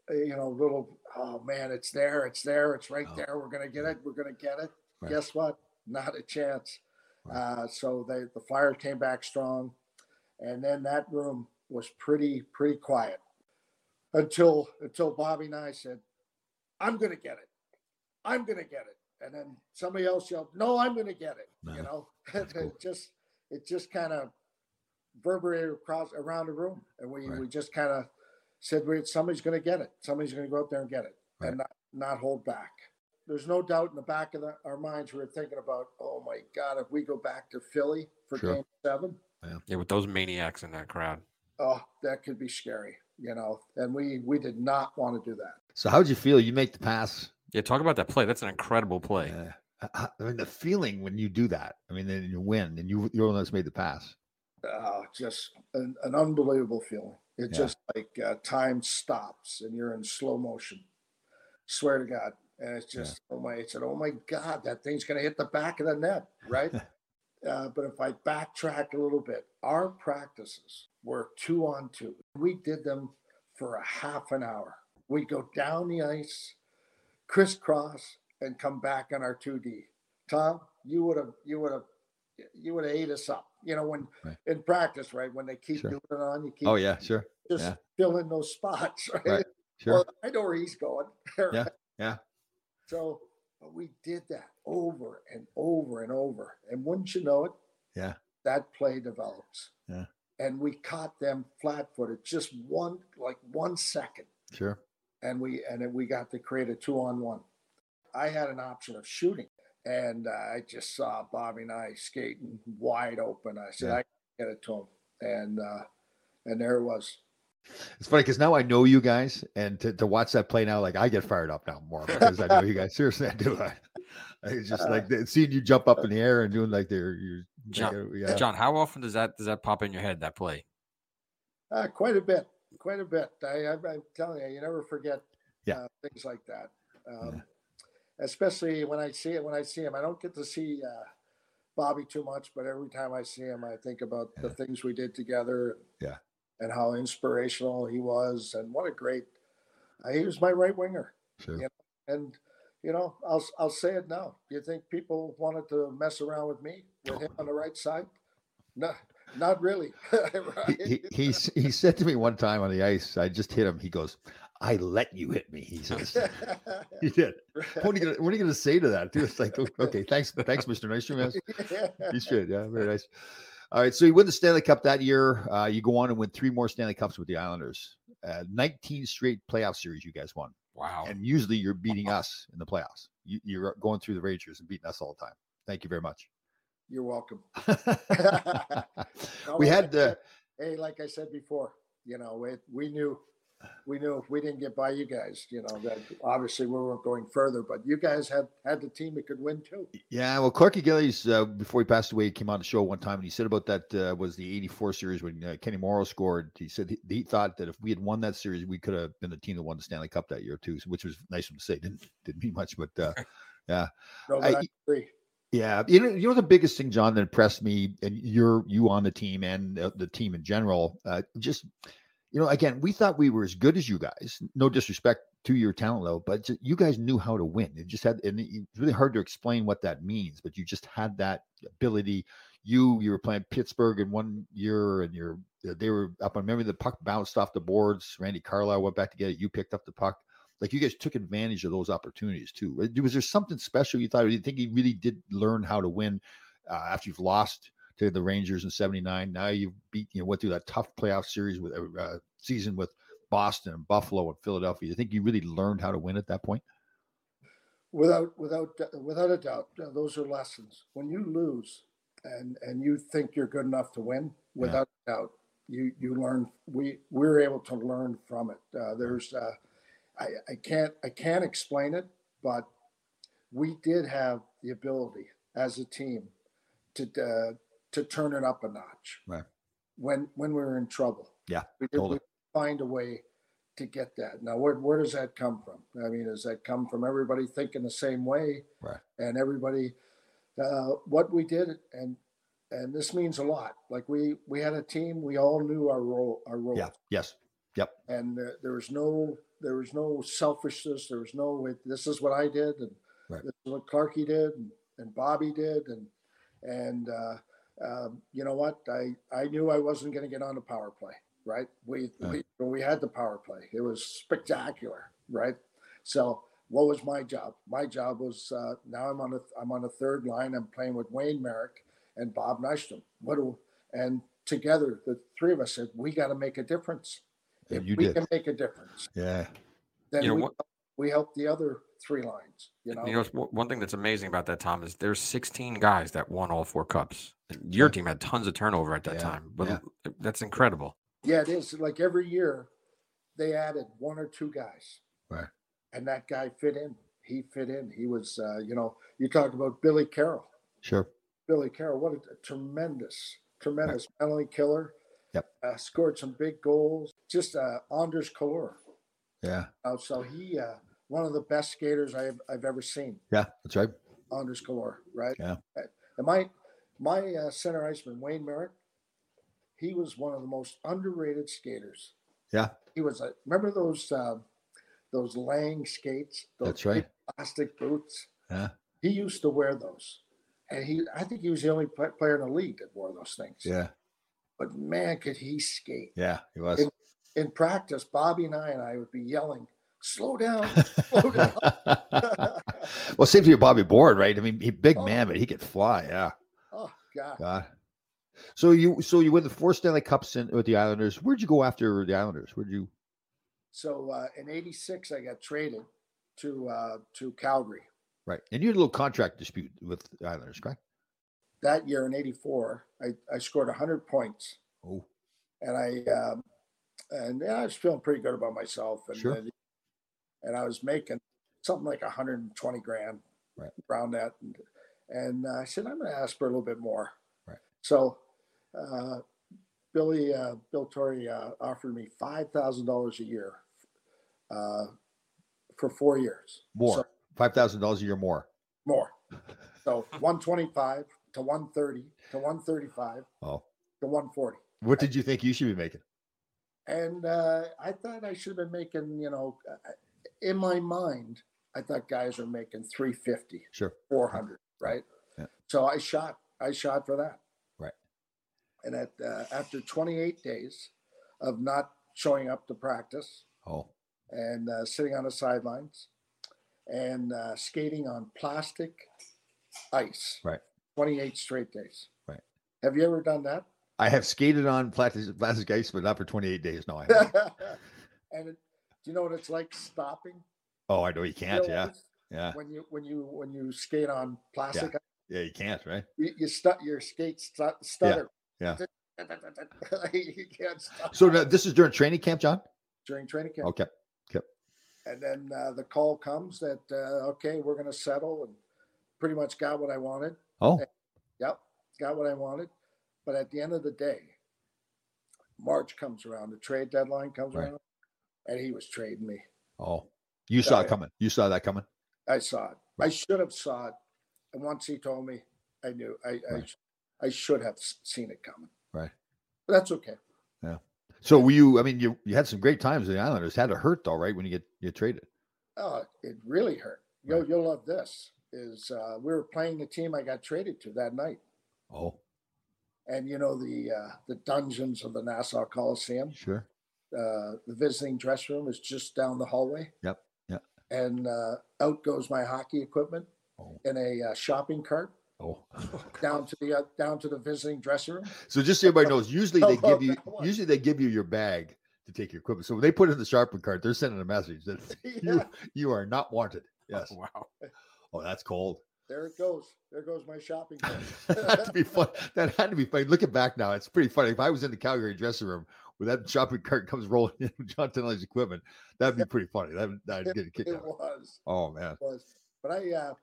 S5: uh, you know little. Oh man, it's there, it's there, it's right
S4: Oh.
S5: there. We're gonna get it. We're gonna get it.
S4: Right.
S5: Guess what? Not a chance.
S4: Right.
S5: Uh, so they, the Flyers came back strong, and then that room was pretty pretty quiet until until Bobby and I said, "I'm going to get it. I'm going to get it." And then (laughs) somebody else yelled, "No, I'm going to get it."
S4: Nah,
S5: You know,
S4: that's
S5: it
S4: cool.
S5: just it just kind of reverberated across around the room, and we, we just kind of said, "Wait, somebody's going to get it. Somebody's going to go out there and get it, and not, not hold back." There's no doubt in the back of the, our minds we were thinking about, "Oh my God, if we go back to Philly for
S4: Sure.
S5: Game Seven,
S3: Yeah, with those maniacs in that crowd.
S5: oh, that could be scary," you know. And we we did not want to do that.
S4: So how'd you feel? You make the pass.
S3: Yeah, talk about that play. That's an incredible play.
S4: Uh, I I mean, the feeling when you do that. I mean, then you win, and you you're the one that's made the pass.
S5: oh, just an, an unbelievable feeling. It
S4: Yeah.
S5: just like uh, time stops and you're in slow motion. Swear to God. And it's just, oh my, it said, oh my God, that thing's going to hit the back of the net,
S4: (laughs)
S5: right? uh, but if I backtrack a little bit, our practices were two on two. We did them for a half an hour. We'd go down the ice, crisscross, and come back on our 2D. Tom, you would have, you would have, you would have ate us up. You know, when
S4: Right.
S5: in practice, right? When they keep
S4: Sure.
S5: doing it on, you keep
S4: Oh yeah, sure,
S5: just
S4: yeah.
S5: filling those (laughs) spots, right?
S4: Right, sure.
S5: Well, I know where he's going. (laughs)
S4: Yeah, yeah.
S5: So but we did that over and over and over. And wouldn't you know it?
S4: Yeah.
S5: That play develops.
S4: Yeah.
S5: And we caught them flat footed, just one like one second.
S4: sure.
S5: And we and then we got to create a two on one. I had an option of shooting. And uh, I just saw Bobby and I skating wide open. I said,
S4: Yeah.
S5: I can get it to him. And uh, and there it was.
S4: It's funny because now I know you guys, and to, to watch that play now, like I get fired up now more because I know you guys. Seriously, I do. (laughs) I, I just like th- seeing you jump up in the air and doing like they're you.
S3: Jump.
S4: Yeah,
S3: John, how often does that does that pop in your head? That play.
S5: Uh, quite a bit, quite a bit. I, I, I'm telling you, you never forget
S4: Yeah.
S5: uh, things like that. Um, Especially when I see it, when I see him, I don't get to see uh, Bobby too much, but every time I see him, I think about the
S4: Yeah.
S5: things we did together.
S4: Yeah.
S5: And how inspirational he was, and what a great. Uh, he was my right winger,
S4: sure.
S5: yeah. and you know, I'll s- I'll say it now. Do you think people wanted to mess around with me with him on the right side? No, not really. (laughs)
S4: He,
S5: Right?
S4: he, he s- he said to me one time on the ice, I just hit him. He goes, "I let you hit me." He
S5: (laughs)
S4: says, (laughs) "He did." What are you gonna What are you gonna say to that? Dude, it's like, "Oh, okay, thanks, thanks, Mister Nice Shoe Master." You should, yeah, very nice. All right, so you win the Stanley Cup that year. Uh, you go on and win three more Stanley Cups with the Islanders. Uh, 19 straight playoff series you guys won,
S3: Wow.
S4: and usually you're beating us in the playoffs. You, you're going through the Rangers and beating us all the time. Thank you very much.
S5: (laughs)
S4: (laughs)
S5: You're welcome. No,
S4: we
S5: like I
S4: had the
S5: said- hey, like I said before, you know, it, we knew, we knew if we didn't get by you guys, you know, that obviously we weren't going further. But you guys had had the team that could win too.
S4: Yeah, well, Clarky Gillies, uh, before he passed away, he came on the show one time and he said about that uh, was the '84 series when uh, Kenny Morrow scored. He said he, he thought that if we had won that series, we could have been the team that won the Stanley Cup that year too, which was nice of him to say. Didn't didn't mean much, but uh,
S5: No, but
S4: I-
S5: I, agree.
S4: yeah, you know, you know the biggest thing, John, that impressed me, and you're you on the team and the, the team in general. Uh, just you know, again, we thought we were as good as you guys. No disrespect to your talent level, but ju- you guys knew how to win. It just had, and it- it's really hard to explain what that means. But you just had that ability. You you were playing Pittsburgh in one year, and you're they were up. I remember the puck bounced off the boards. Randy Carlisle went back to get it. You picked up the puck like you guys took advantage of those opportunities too. Uh, Was there something special you thought? Or do you think you really did learn how to win uh, after you've lost to the Rangers in '79? Now you've beat, you know, went through that tough playoff series with uh, uh, season with Boston and Buffalo and Philadelphia. You think you really learned how to win at that point?
S5: Without without without a doubt, uh, those are lessons. When you lose, and and you think you're good enough to win, without a doubt, you you learn. We we're able to learn from it. Uh, there's, uh, I I can't I can't explain it, but we did have the ability as a team to uh, to turn it up a notch
S4: Right.
S5: when when we were in trouble.
S4: Yeah,
S5: we did
S4: totally.
S5: we find a way to get that. Now, where where does that come from? I mean, does that come from everybody thinking the same way?
S4: Right.
S5: And everybody, uh, what we did, and and this means a lot. Like we we had a team, we all knew our role, our role
S4: Yeah. Yes. Yep.
S5: and there, there was no there was no selfishness there was no it, this is what i did and
S4: Right.
S5: this is what clarky did and, and bobby did and and uh, um, you know what i i knew i wasn't going to get on the power play right we,
S4: Right.
S5: we we had the power play it was spectacular right so what was my job my job was uh, now i'm on a i'm on a third line i'm playing with wayne merrick and bob Nystrom. what do and together, the three of us said, we got to make a difference.
S4: Yeah,
S5: if
S4: you
S5: we
S4: did.
S5: can make a difference,
S4: Yeah.
S5: then
S3: You know
S5: we,
S3: what-
S5: we help the other three lines. You know,
S3: You know, it's one one thing that's amazing about that, Tom, is there's 16 guys that won all four cups. And Your team had tons of turnover at that
S4: Yeah,
S3: time, but
S4: yeah.
S3: l- that's incredible.
S5: yeah, it is. Like every year, they added one or two guys.
S4: Right.
S5: And that guy fit in. He fit in. He was, uh, you know, you talked about Billy Carroll.
S4: Sure.
S5: Billy Carroll, what a tremendous, tremendous penalty killer.
S4: Yep.
S5: Uh, scored some big goals. Just uh, Anders Kalur.
S4: Yeah.
S5: Uh, so he, uh, one of the best skaters I've, I've ever seen,
S4: Yeah. That's right.
S5: Anders Kalur, right?
S4: Yeah.
S5: Uh, And my my uh, center iceman, Wayne Merritt, he was one of the most underrated skaters.
S4: Yeah.
S5: He was, a, remember those uh, those Lang skates? Those
S4: That's right.
S5: big Plastic boots.
S4: Yeah.
S5: He used to wear those. And he, I think he was the only pla- player in the league that wore those things.
S4: Yeah.
S5: But man, could he skate.
S4: Yeah. He was. (laughs)
S5: It- in practice, Bobby and I and I would be yelling, "Slow down,
S4: (laughs)
S5: slow down!"
S4: well, same to you, Bobby Board, right? I mean, he big
S5: Oh.
S4: man, but he could fly. Yeah.
S5: oh God!
S4: God. So you so you win the four Stanley Cups in, with the Islanders. Where'd you go after the Islanders? Where'd you?
S5: So uh, in '86, I got traded to uh, to Calgary
S4: Right, and you had a little contract dispute with the Islanders, correct?
S5: that year. In '84, I, I scored 100 points,
S4: Oh,
S5: and I um, and yeah, I was feeling pretty good about myself. And
S4: Sure.
S5: then- and I was making something like 120 grand
S4: Right.
S5: around that, and, and uh, I said, "I'm going to ask for a little bit more."
S4: Right.
S5: So. Uh, Billy uh, Bill Torrey uh, offered me five thousand dollars a year uh, for four years.
S4: more
S5: So-
S4: five thousand dollars a year more.
S5: more. So (laughs) one twenty five to one thirty to one thirty five
S4: Oh,
S5: to one forty.
S4: what did you think you should be making?
S5: And uh, I thought I should have been making, you know, uh, in my mind, I thought guys were making 350,
S4: Sure,
S5: 400, right?
S4: Yeah.
S5: So I shot, I shot for that.
S4: Right.
S5: And at, uh, after 28 days of not showing up to practice,
S4: oh,
S5: and uh, sitting on the sidelines and uh, skating on plastic ice.
S4: Right.
S5: 28 straight days.
S4: Right.
S5: Have you ever done that? (laughs)
S4: I have skated on plastic, plastic ice, but not for twenty eight days. No, I
S5: (laughs)
S4: haven't.
S5: and it, do you know what it's like stopping?
S4: oh, I know you can't.
S5: You know,
S4: Yeah, yeah,
S5: When you when you when you skate on plastic, ice,
S4: yeah, you can't, right?
S5: you, you stu- your skate stu- stutter.
S4: yeah.
S5: (laughs) you can't stop
S4: So now, this is during training camp, John.
S5: during training camp.
S4: Okay,
S5: And then uh, the call comes that uh, okay, we're going to settle, and pretty much got what I wanted.
S4: oh,
S5: Yep, got what I wanted. But at the end of the day, March comes around, the trade deadline comes
S4: Right.
S5: around, and he was trading me.
S4: oh, you saw
S5: yeah.
S4: it coming. You saw that coming.
S5: I saw it. I
S4: Right.
S5: should have saw it. And once he told me, I knew. I I,
S4: Right.
S5: sh- I should have s- seen it coming.
S4: Right.
S5: But that's okay.
S4: So were you? I mean, you you had some great times. with The Islanders had to hurt though, right? When you get you traded.
S5: Oh, it really hurt. Yo,
S4: Right.
S5: you'll love this. Is uh, we were playing the team I got traded to that night,
S4: Oh,
S5: and you know the uh, the dungeons of the Nassau Coliseum.
S4: sure.
S5: uh, the visiting dressing room is just down the hallway.
S4: Yep, yep.
S5: And uh, out goes my hockey equipment
S4: Oh.
S5: in a uh, shopping cart
S4: Oh,
S5: down to the uh, down to the visiting
S4: (laughs)
S5: dressing room.
S4: so just so everybody knows, usually
S5: How (laughs)
S4: they
S5: about
S4: give you
S5: that one?
S4: usually they give you your bag to take your equipment. So when they put it in the sharpen cart, they're sending a message that (laughs) you
S5: Yeah.
S4: you are not wanted. Yes.
S3: Wow.
S4: Oh, that's
S5: (laughs)
S4: cold. (laughs)
S5: There it goes. There goes my shopping cart.
S4: that had to
S5: (laughs)
S4: be fun. That had to be funny. Looking back now, it's pretty funny. If I was in the Calgary dressing room with that shopping cart comes rolling in with John Tenley's equipment, that'd be pretty funny. That I'd get a kick out.
S5: it (laughs)
S4: of it.
S5: was
S4: Oh man.
S5: was. But I uh,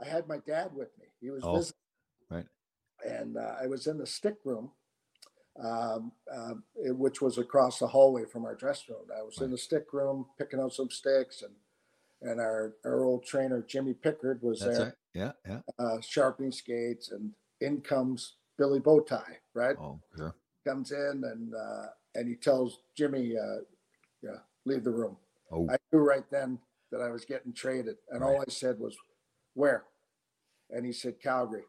S5: I had my dad with me. He was
S4: Oh,
S5: visiting.
S4: right.
S5: And uh, I was in the stick room. Um, uh, it- which was across the hallway from our dressing room. I was in
S4: Right.
S5: the stick room picking out some sticks, and and our, our old trainer Jimmy Pickard was
S4: That's
S5: there
S4: right. Yeah, yeah.
S5: uh, sharpening skates, and in comes Billy Bowtie, right?
S4: Oh, sure.
S5: Comes in and uh, and he tells Jimmy, uh, yeah, leave the room.
S4: Oh,
S5: I knew right then that I was getting traded, and all I said was, "Where?" And he said, "Calgary,"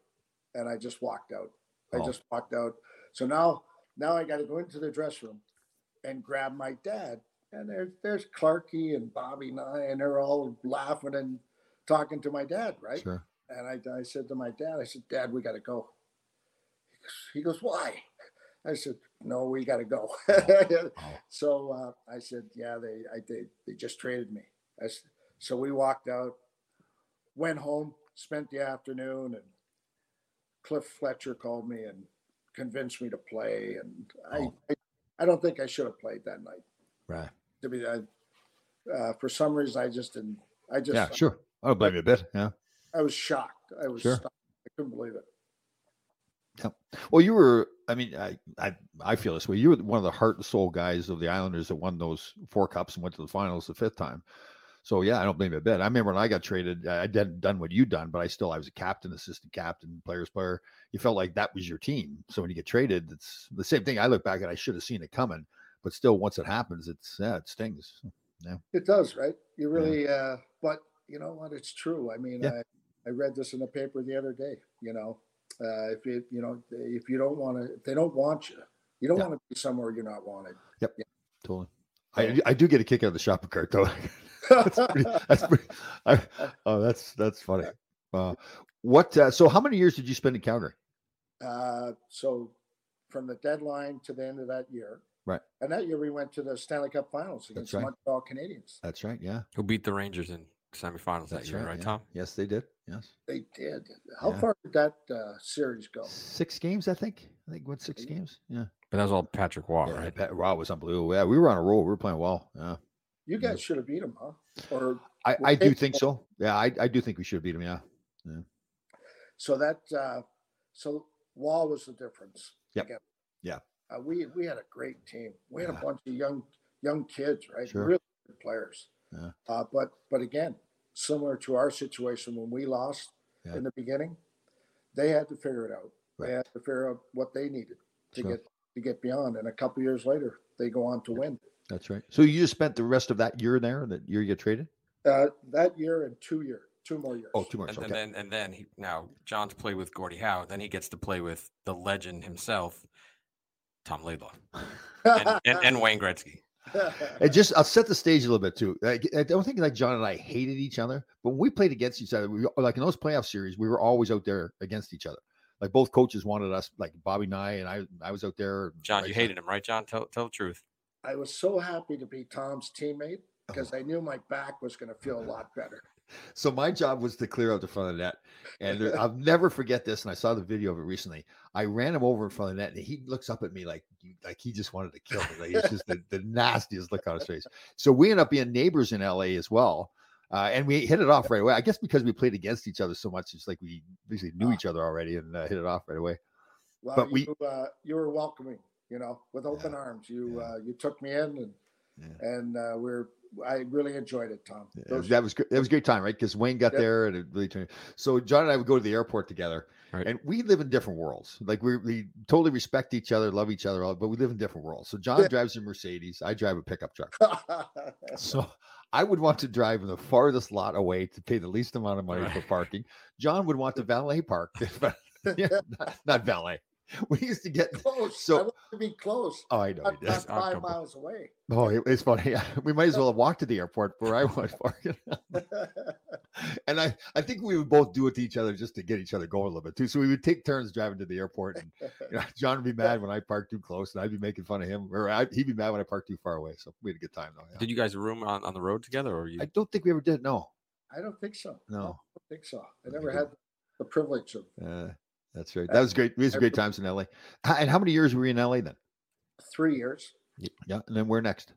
S5: and I just walked out. I
S4: Oh.
S5: just walked out. So now, now I got to go into the dressing room and grab my dad, and there's there's Clarky and Bobby Nye, and they're all laughing and talking to my dad, right?
S4: sure.
S5: And I, I said to my dad, I said, Dad, we got to go. He goes, Why? I said, "No, we got to go." (laughs) so uh, I said, "Yeah, they, I, they, they just traded me." I s so we walked out, went home, spent the afternoon, and Cliff Fletcher called me and convinced me to play. And
S4: Oh.
S5: I, I, I don't think I should have played that night.
S4: Right.
S5: To be, I, uh, for some reason, I just didn't. I just,
S4: Yeah, sure. I don't blame you a bit. Yeah.
S5: I was shocked. I was,
S4: Sure.
S5: stunned. I couldn't believe it.
S4: Well, you were. I mean, I, I I feel this way. You were one of the heart and soul guys of the Islanders that won those four cups and went to the finals the fifth time. So yeah, I don't blame you a bit. I remember when I got traded, I I hadn't done what you done, but I still I was a captain, assistant captain, players player. You felt like that was your team. So when you get traded, it's the same thing. I look back and I should have seen it coming, but still, once it happens, it's yeah, it stings.
S5: It does, right? You really, uh, but you know what? It's true. I mean,
S4: Yeah.
S5: I, I read this in the paper the other day. You know, uh, if you, you know, if you don't want to, if they don't want you, you don't
S4: Yeah.
S5: want to be somewhere you're not wanted.
S4: Totally. I, I do get a kick out of the shopping cart though. (laughs) that's pretty, that's pretty, I, oh, that's that's funny. Wow. What? Uh, so, how many years did you spend in Calgary?
S5: (laughs) Uh, so, from the deadline to the end of that year,
S4: Right.
S5: And that year we went to the Stanley Cup Finals against
S4: right.
S5: the Montreal Canadiens.
S4: That's right. Yeah,
S3: Who beat the Rangers in semifinals that
S4: that's
S3: year, right,
S4: yeah.
S3: Tom?
S4: Yes, they did. Yes,
S5: They did. How
S4: Yeah.
S5: far did that uh, series go?
S4: six games. I think. I think went six games. Yeah.
S3: But that was all Patrick Waugh,
S4: yeah
S3: right?
S4: Pat, wow, was unbelievable. Yeah, we were on a roll. We were playing well. Yeah.
S5: You
S4: Yeah.
S5: guys should have beat them, huh? Or
S4: I,
S5: We're
S4: I do think
S5: capable.
S4: so. Yeah, I, I do think we should have beat them. Yeah.
S5: So that uh, so Wall was the difference.
S4: Yep.
S5: Again,
S4: Yeah.
S5: Uh, we we had a great team. We had
S4: Yeah.
S5: a bunch of young young kids, right?
S4: Sure.
S5: Really good players.
S4: Yeah.
S5: Uh, but but again, similar to our situation when we lost
S4: Yeah.
S5: in the beginning, they had to figure it out.
S4: Right.
S5: They had to figure out what they needed to
S4: Sure.
S5: get to get beyond. And a couple years later, they go on to win.
S4: That's right. So you just spent the rest of that year there, that year you get traded?
S5: Uh, that year and two year, two more years.
S4: Oh,
S5: (laughs)
S4: two months.
S3: And,
S4: Okay.
S3: and then and then he, now John's played with Gordie Howe. Then he gets to play with the legend himself, Tom Laidlaw, and, and,
S5: (laughs)
S3: and Wayne Gretzky.
S4: And just I'll set the stage a little bit too. Like, I don't think like John and I hated each other, but when we played against each other, we like in those playoff series, we were always out there against each other. Like both coaches wanted us, like Bobby Nye and I. I was out there.
S3: John,
S4: like,
S3: you hated him, right? John, tell tell the truth.
S5: I was so happy to be Tom's teammate
S4: Oh.
S5: because I knew my back was going to feel a lot
S4: (laughs)
S5: better.
S4: So my job was to clear out the front of the net, and there- I'll never forget this. And I saw the video of it recently. I ran him over in front of the net, and he looks up at me like, you- like he just wanted to kill me. Like it's just the, the nastiest look on his face. So we ended up being neighbors in LA as well, uh, and we hit it off right away. I guess because we played against each other so much, it's like we basically knew each other already and uh, hit it off right away.
S5: Well,
S4: But we-
S5: you, uh, you were welcoming, you know, with open
S4: Yeah,
S5: arms. You
S4: yeah.
S5: uh, you took me in, and
S4: Yeah.
S5: and uh, we're I really enjoyed it, Tom.
S4: Yeah,
S5: Those-
S4: that was gr- that was a great time, right? Because Wayne got
S5: Yep.
S4: there and it really turned. So John and I would go to the airport together,
S3: Right.
S4: and we live in different worlds. Like we we totally respect each other, love each other, all- but we live in different worlds. So John
S5: Yeah.
S4: drives a Mercedes, I drive a pickup truck. so I would want to drive in the farthest lot away to pay the least amount of money for
S3: Right.
S4: parking. John would want to valet park, (laughs) but yeah, not, not valet. We used to get.
S5: (laughs) close.
S4: So-
S5: I wanted to be close.
S4: Oh, I know
S5: Not,
S4: he did.
S5: not
S3: That's
S5: five
S3: uncomfortable.
S5: miles away. (laughs)
S4: Oh, it- it's funny. (laughs) Yeah, we might as well have walked to the airport where I was (laughs) parking. and I, I think we would both do it to each other just to get each other going a little bit too. So we would take turns driving to the airport, and you know, (laughs) John would be mad when I parked too close, and I'd be making fun of him, or I, he'd be mad when I parked too far away. So we had a good time though. yeah.
S3: Did you guys room on, on the road together, or you?
S4: I don't think we ever did. No,
S5: I don't think so. I
S4: no,
S5: don't think so. I
S4: I
S5: never
S4: think-
S5: had the privilege of
S4: uh, that's right.
S5: I-
S4: That was great. We had some
S5: I
S4: great
S5: re-
S4: times in LA. H- And how many years were you in LA then?
S5: three years.
S4: Yeah, and then where next?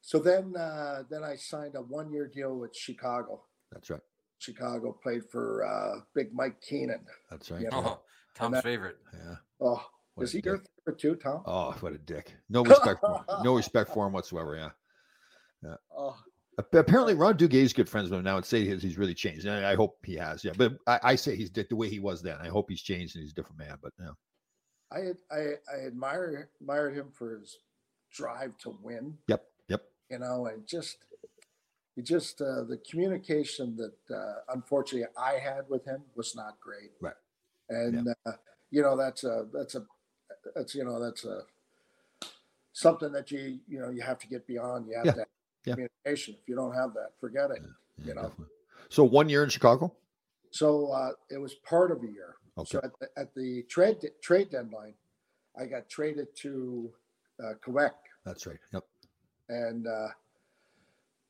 S5: So then uh, then I signed a one year deal with Chicago.
S4: That's right.
S5: Chicago played for uh, Big Mike Keenan.
S4: That's right.
S5: Yeah.
S4: Yeah.
S3: oh, Tom's
S5: that-
S3: favorite.
S4: yeah.
S5: Oh,
S4: What
S5: is
S4: a
S5: he your
S4: dick.
S5: favorite too, Tom?
S4: Oh, what a dick! No respect, for him. no respect for him whatsoever. Yeah.
S5: Oh,
S4: Ap- Apparently, Ron Duguay is good friends with him now. And say he's, he's really changed. And I hope he has. Yeah, but I, I say he's di- the way he was then. I hope he's changed and he's a different man. But yeah,
S5: I ad- I, I admire admired him for his drive to win.
S4: yep, yep,
S5: You know, and just he just uh, the communication that uh, unfortunately I had with him was not great.
S4: Right.
S5: And uh, you know that's a that's a that's you know that's a something that you you know you have to get beyond. You have
S4: Yeah.
S5: to have
S4: Yeah.
S5: communication. If you don't have that, forget it.
S4: yeah,
S5: You know.
S4: definitely. So one year in Chicago.
S5: So uh, it was part of a year.
S4: Okay.
S5: So at the, at the trade trade deadline, I got traded to uh, Quebec,
S4: That's right. Yep.
S5: and uh,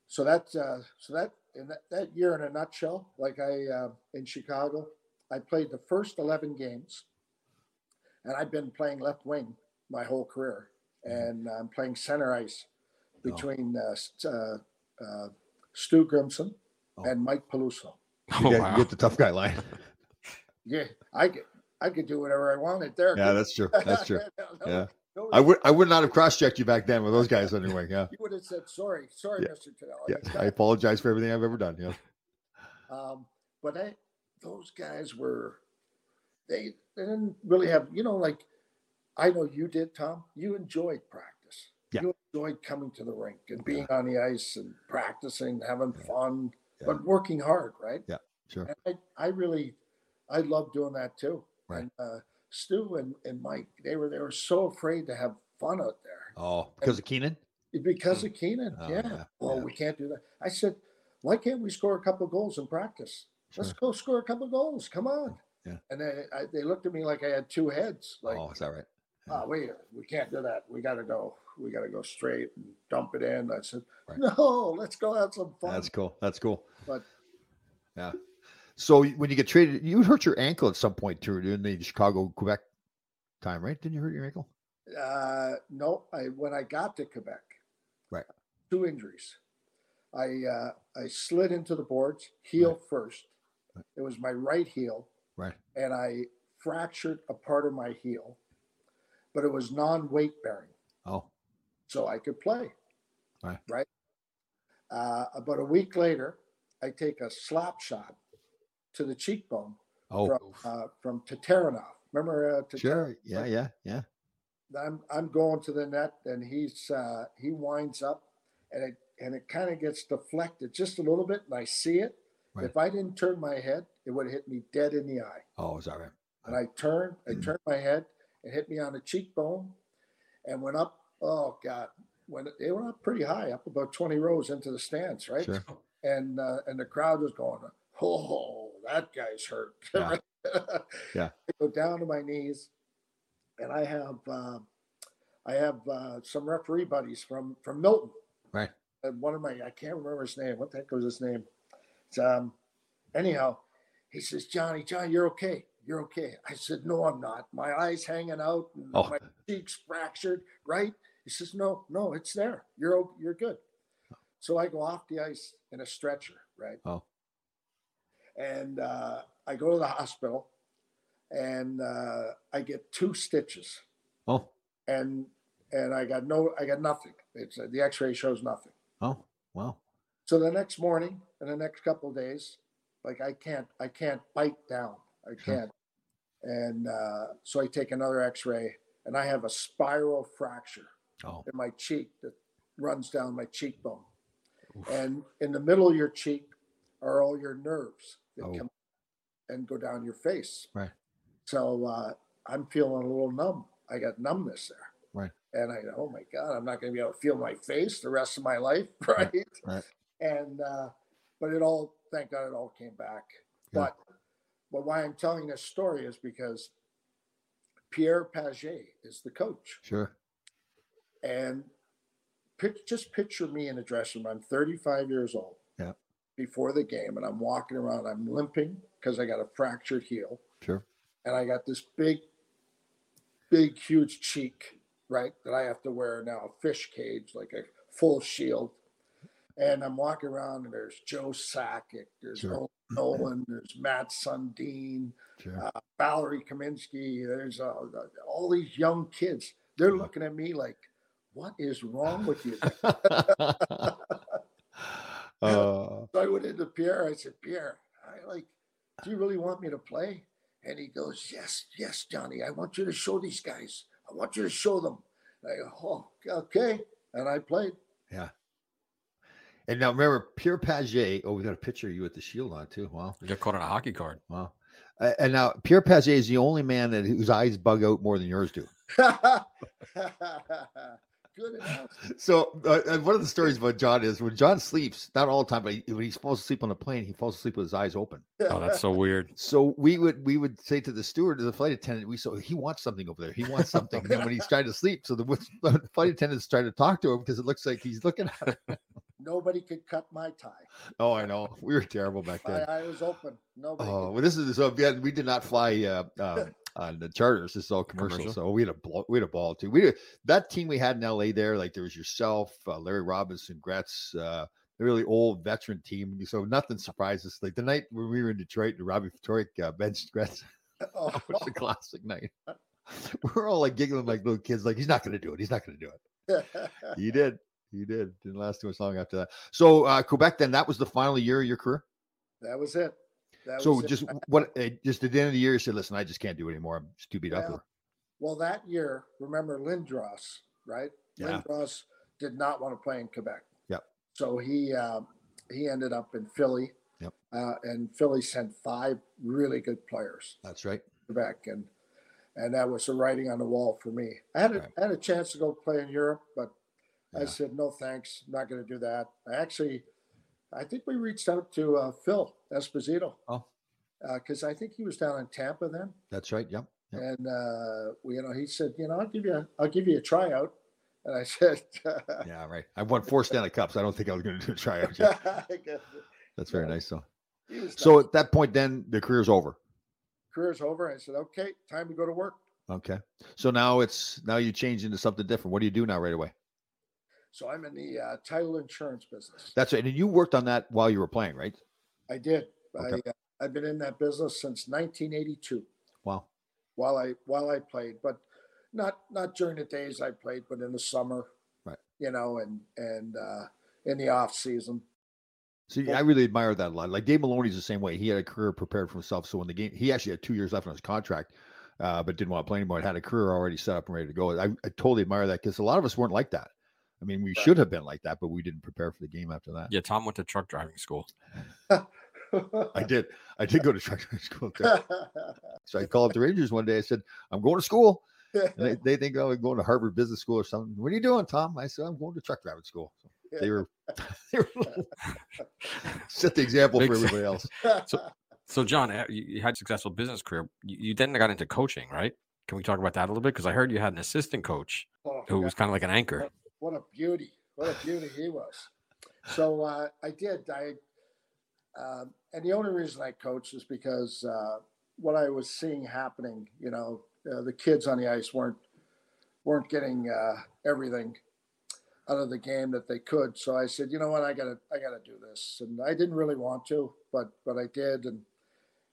S5: so that uh, so that in that, that year in a nutshell, like I uh, in Chicago, I played the first eleven games, and I've been playing left wing my whole career, and I'm playing center ice between uh, S- uh, uh, Stu Grimson and Mike Peluso.
S3: Oh,
S4: (laughs) You, got- you
S3: wow.
S4: get the tough guy
S3: (laughs)
S4: line.
S5: Yeah, I could I could do whatever I wanted there.
S4: yeah, that's true. That's true. Yeah.
S5: (laughs) No,
S4: I would I would not have cross checked you back then with those guys on your wing. Yeah.
S5: You would have said sorry, sorry, Mr. Cadell. I
S4: Yeah.
S5: just
S4: I
S5: got-
S4: apologize for everything I've ever done. Yeah.
S5: Um, but I, those guys were, they, they didn't really have, you know, like I know you did, Tom. You enjoyed practice.
S4: Yeah.
S5: You enjoyed coming to the rink and being on the ice and practicing, having fun,
S4: Yeah.
S5: but working hard, right?
S4: Sure.
S5: And I, I really, I love doing that too.
S4: Right.
S5: And, uh, Stu and, and Mike, they were they were so afraid to have fun out there
S4: Oh, because of Keenan?
S5: because of Keenan.
S4: Oh,
S5: yeah.
S4: yeah,
S5: Well,
S4: yeah.
S5: we can't do that. I said, why can't we score a couple goals in practice? Let's go score a couple goals. Come on.
S4: Oh, Yeah.
S5: And they I, they looked at me like I had two heads. Like,
S4: oh, is that right?
S5: oh, wait, we can't do that. We got to go. We got to go straight and dump it in. I said,
S4: Right.
S5: no, let's go have some fun.
S4: That's cool. That's cool.
S5: But-
S4: yeah. So y- when you get traded, you hurt your ankle at some point too in the Chicago Quebec time, right? Didn't you hurt your ankle?
S5: Uh, no, I when I got to Quebec,
S4: Right.
S5: two injuries. I uh, I slid into the boards, heel first. It was my right heel,
S4: Right.
S5: and I fractured a part of my heel, but it was non-weight bearing,
S4: Oh,
S5: so I could play.
S4: Right.
S5: Uh, about a week later, I take a slap shot to the cheekbone
S4: oh,
S5: from uh, from Tatarinov. Remember uh, Tatar-
S4: sure. Yeah, yeah, yeah.
S5: I'm I'm going to the net, and he's uh, he winds up, and it and it kind of gets deflected just a little bit, and I see it.
S4: Right.
S5: If I didn't turn my head, it would have hit me dead in the eye.
S4: Oh, is that right?
S5: And I turned, I turned my head, it hit me on the cheekbone, and went up. Oh God, when it, it went up pretty high, up about twenty rows into the stands, right?
S4: Sure.
S5: And uh, and the crowd was going, oh, that guy's hurt.
S4: Yeah.
S5: (laughs)
S4: Yeah.
S5: I go down to my knees, and I have uh, I have uh, some referee buddies from from Milton.
S4: Right.
S5: And uh, one of my I can't remember his name. What the heck was his name? It's, um, anyhow, he says, Johnny, Johnny, you're okay. You're okay. I said, No, I'm not. My eyes hanging out, and
S4: Oh.
S5: my cheeks fractured, right? He says, No, no, it's there. You're o- you're good. So I go off the ice in a stretcher, right?
S4: Oh.
S5: And uh, I go to the hospital, and uh, I get two stitches,
S4: Oh,
S5: and and I got no, I got nothing. It's the X-ray shows nothing.
S4: oh, wow.
S5: So the next morning and the next couple of days, like I can't, I can't bite down. I
S4: Sure.
S5: can't. And uh, so I take another X-ray, and I have a spiral fracture
S4: Oh,
S5: in my cheek that runs down my cheekbone. And in the middle of your cheek are all your nerves that
S4: Oh.
S5: come and go down your face.
S4: Right.
S5: So uh, I'm feeling a little numb. I got numbness there.
S4: Right.
S5: And I go, oh my God, I'm not going to be able to feel my face the rest of my life. (laughs) Right.
S4: Right, right.
S5: And, uh, but it all, thank God it all came back.
S4: Yeah.
S5: But, but why I'm telling this story is because Pierre Paget is the coach
S4: sure.
S5: and pic- just picture me in a dressing room. I'm 35 years old.
S4: Yeah.
S5: Before the game, and I'm walking around. I'm limping because I got a fractured heel,
S4: Sure.
S5: and I got this big, big, huge cheek, right? That I have to wear now a fish cage, like a full shield. And I'm walking around, and there's Joe Sakic, there's
S4: Sure.
S5: Owen Nolan, there's Matt Sundin,
S4: Sure.
S5: uh, Valerie Kaminsky, there's uh, all these young kids. They're
S4: Yeah.
S5: looking at me like, what is wrong with you?
S4: (laughs)
S5: (laughs)
S4: uh,
S5: so I went into Pierre. I said, Pierre, I like, do you really want me to play? And he goes, Yes, yes, Johnny. I want you to show these guys. I want you to show them. And I go, Oh, okay. And I played. (laughs)
S4: and now remember, Pierre Paget. Oh, we got a picture of you with the shield on too. Wow.
S3: You got caught on a hockey
S4: (laughs)
S3: card.
S4: Wow. Uh, and now Pierre Paget is the only man that whose eyes bug out more than yours do.
S5: Good enough.
S4: So uh, uh, one of the stories about John is when John sleeps, not all the time, but he, when he's supposed to sleep on a plane, he falls asleep with his eyes open.
S3: Oh, that's so weird.
S4: So we would we would say to the steward, to the flight attendant, we so he wants something over there. He wants something. and then when he's trying to sleep, so the, the (laughs) flight attendants trying to talk to him because it looks like he's looking at. (laughs) Him.
S5: (laughs) Nobody could cut my tie.
S4: Oh, I know. We were terrible back
S5: My
S4: then.
S5: eye was open. Nobody.
S4: Oh,
S5: could-
S4: well, this is so. Yeah, we did not fly uh, um, on the charters. This is all commercial.
S3: Commercial.
S4: So we had a blo- we had a ball too. We did, that team we had in L.A. there, like there was yourself, uh, Larry Robinson, Gretz, uh, a really old veteran team. So nothing surprised us. Like the night when we were in Detroit, and Robbie Fatorik uh, benched Gretz.
S5: (laughs)
S4: (laughs)
S5: oh,
S4: That
S5: (laughs)
S4: was a classic night. We We're all like giggling like little kids. Like he's not going to do it. He's not going to do it. He did. He did. Didn't last too much long after that. So uh, Quebec, then that was the final year of your career.
S5: that was it. That
S4: So
S5: was it.
S4: just what uh, just at the end of the year, you said, "Listen, I just can't do it anymore. I'm just too beat up."
S5: Well,
S4: or-
S5: Well, that year, remember Lindros, right?
S4: Yeah.
S5: Lindros did not want to play in Quebec.
S4: Yep.
S5: So he uh, he ended up in Philly.
S4: Yep.
S5: Uh, and Philly sent five really good players
S4: That's right.
S5: to Quebec, and and that was the writing on the wall for me. I had a,
S4: Right.
S5: I had a chance to go play in Europe, but I
S4: Yeah.
S5: said no thanks, not going to do that. I actually, I think we reached out to uh, Phil Esposito.
S4: Oh.
S5: Because I think he was down in Tampa then
S4: That's right.
S5: (laughs)
S4: Yep. Yep.
S5: and uh, we- you know he said, you know, I'll give you, a, I'll give you a tryout, and I (laughs) said,
S4: Yeah. Right. I won four Stanley Cups. I don't think I was going to do (laughs) a tryout. Yet.
S5: (laughs) I guess
S4: That's very
S5: Yeah.
S4: nice. So,
S5: he was
S4: so
S5: nice.
S4: at that point, then the career's over.
S5: career's over. I said, okay, time to go to work.
S4: Okay. So now it's now you change into something different. What do you do now right away?
S5: So I'm in the uh, title insurance business.
S4: That's right. And you worked on that while you were playing, right?
S5: I did.
S4: Okay.
S5: I, uh, I've been in that business since 1982
S4: Wow.
S5: while I while I played, but not not during the days I played, but in the summer,
S4: Right.
S5: You know, and and uh, in the off season.
S4: So yeah, I really admire that a lot. Like Dave Maloney's the same way. He had a career prepared for himself. So when the game, he actually had two years left on his contract, uh, but didn't want to play anymore. and Had a career already set up and ready to go. I, I totally admire that because a lot of us weren't like that. I mean, we should have been like that, but we didn't prepare for the game after that.
S3: Yeah, Tom went to truck driving school.
S5: (laughs)
S4: I did. I did go to (laughs) truck driving school. too. So I called
S3: (laughs)
S4: up the Rangers one day. I said, "I'm going to school." And
S5: (laughs)
S4: they, they think oh, I'm going to Harvard Business School or something. What are you doing, Tom? I said, "I'm going to truck driving school." So they
S5: (laughs)
S4: were, (laughs)
S3: (laughs)
S4: they were a little- set the example for
S3: Makes-
S4: everybody else.
S3: So, John, a- you you had a successful business career. You you then got into coaching, right? Can we talk about that a little bit? Because I heard you had an assistant coach
S5: Oh,
S3: who
S5: God.
S3: was kind of like an
S4: (laughs)
S3: anchor.
S5: what a beauty what a beauty he was so uh, i did i um, and the only reason i coached is because uh, what i was seeing happening you know uh, the kids on the ice weren't weren't getting uh, everything out of the game that they could so i said you know what i gotta i gotta do this and i didn't really want to but but i did and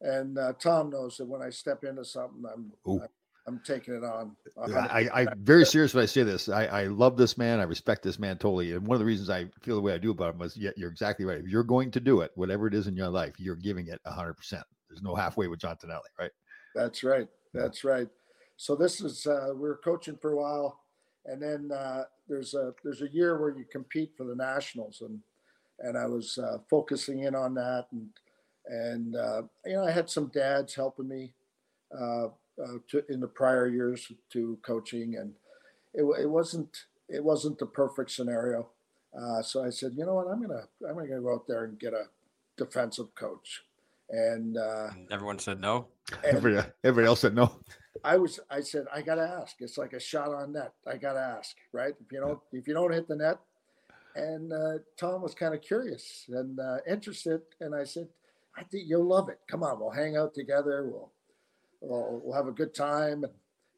S5: and uh, tom knows that when i step into something i'm
S4: Ooh.
S5: I'm, I'm taking it on a
S4: Yeah,
S5: hundred
S4: I, I'm very serious when I say this. I, I love this man. I respect this man totally. And one of the reasons I feel the way I do about him is, yeah, you're exactly right. If you're going to do it, whatever it is in your life, you're giving it 100%. There's no halfway with John Tonelli, right?
S5: That's right.
S4: Yeah.
S5: That's right. So this is uh, we were coaching for a while, and then uh, there's a there's a year where you compete for the nationals, and and I was uh, focusing in on that, and and uh, you know I had some dads helping me uh, uh, to, in the prior years to coaching, and it, wa- it wasn't it wasn't the perfect scenario. Uh, so I said, you know what, I'm gonna I'm gonna go out there and get a defensive coach, and. Uh,
S3: And everyone said no.
S5: And-
S4: Everybody, (laughs) everybody else said no.
S5: I was I said I gotta ask. It's like a shot on net. I gotta ask, right? If you don't if you don't hit the net, and uh, Tom was kind of curious and uh, interested, and I said, I think you'll love it. Come on, we'll hang out together. We'll we'll, we'll have a good time.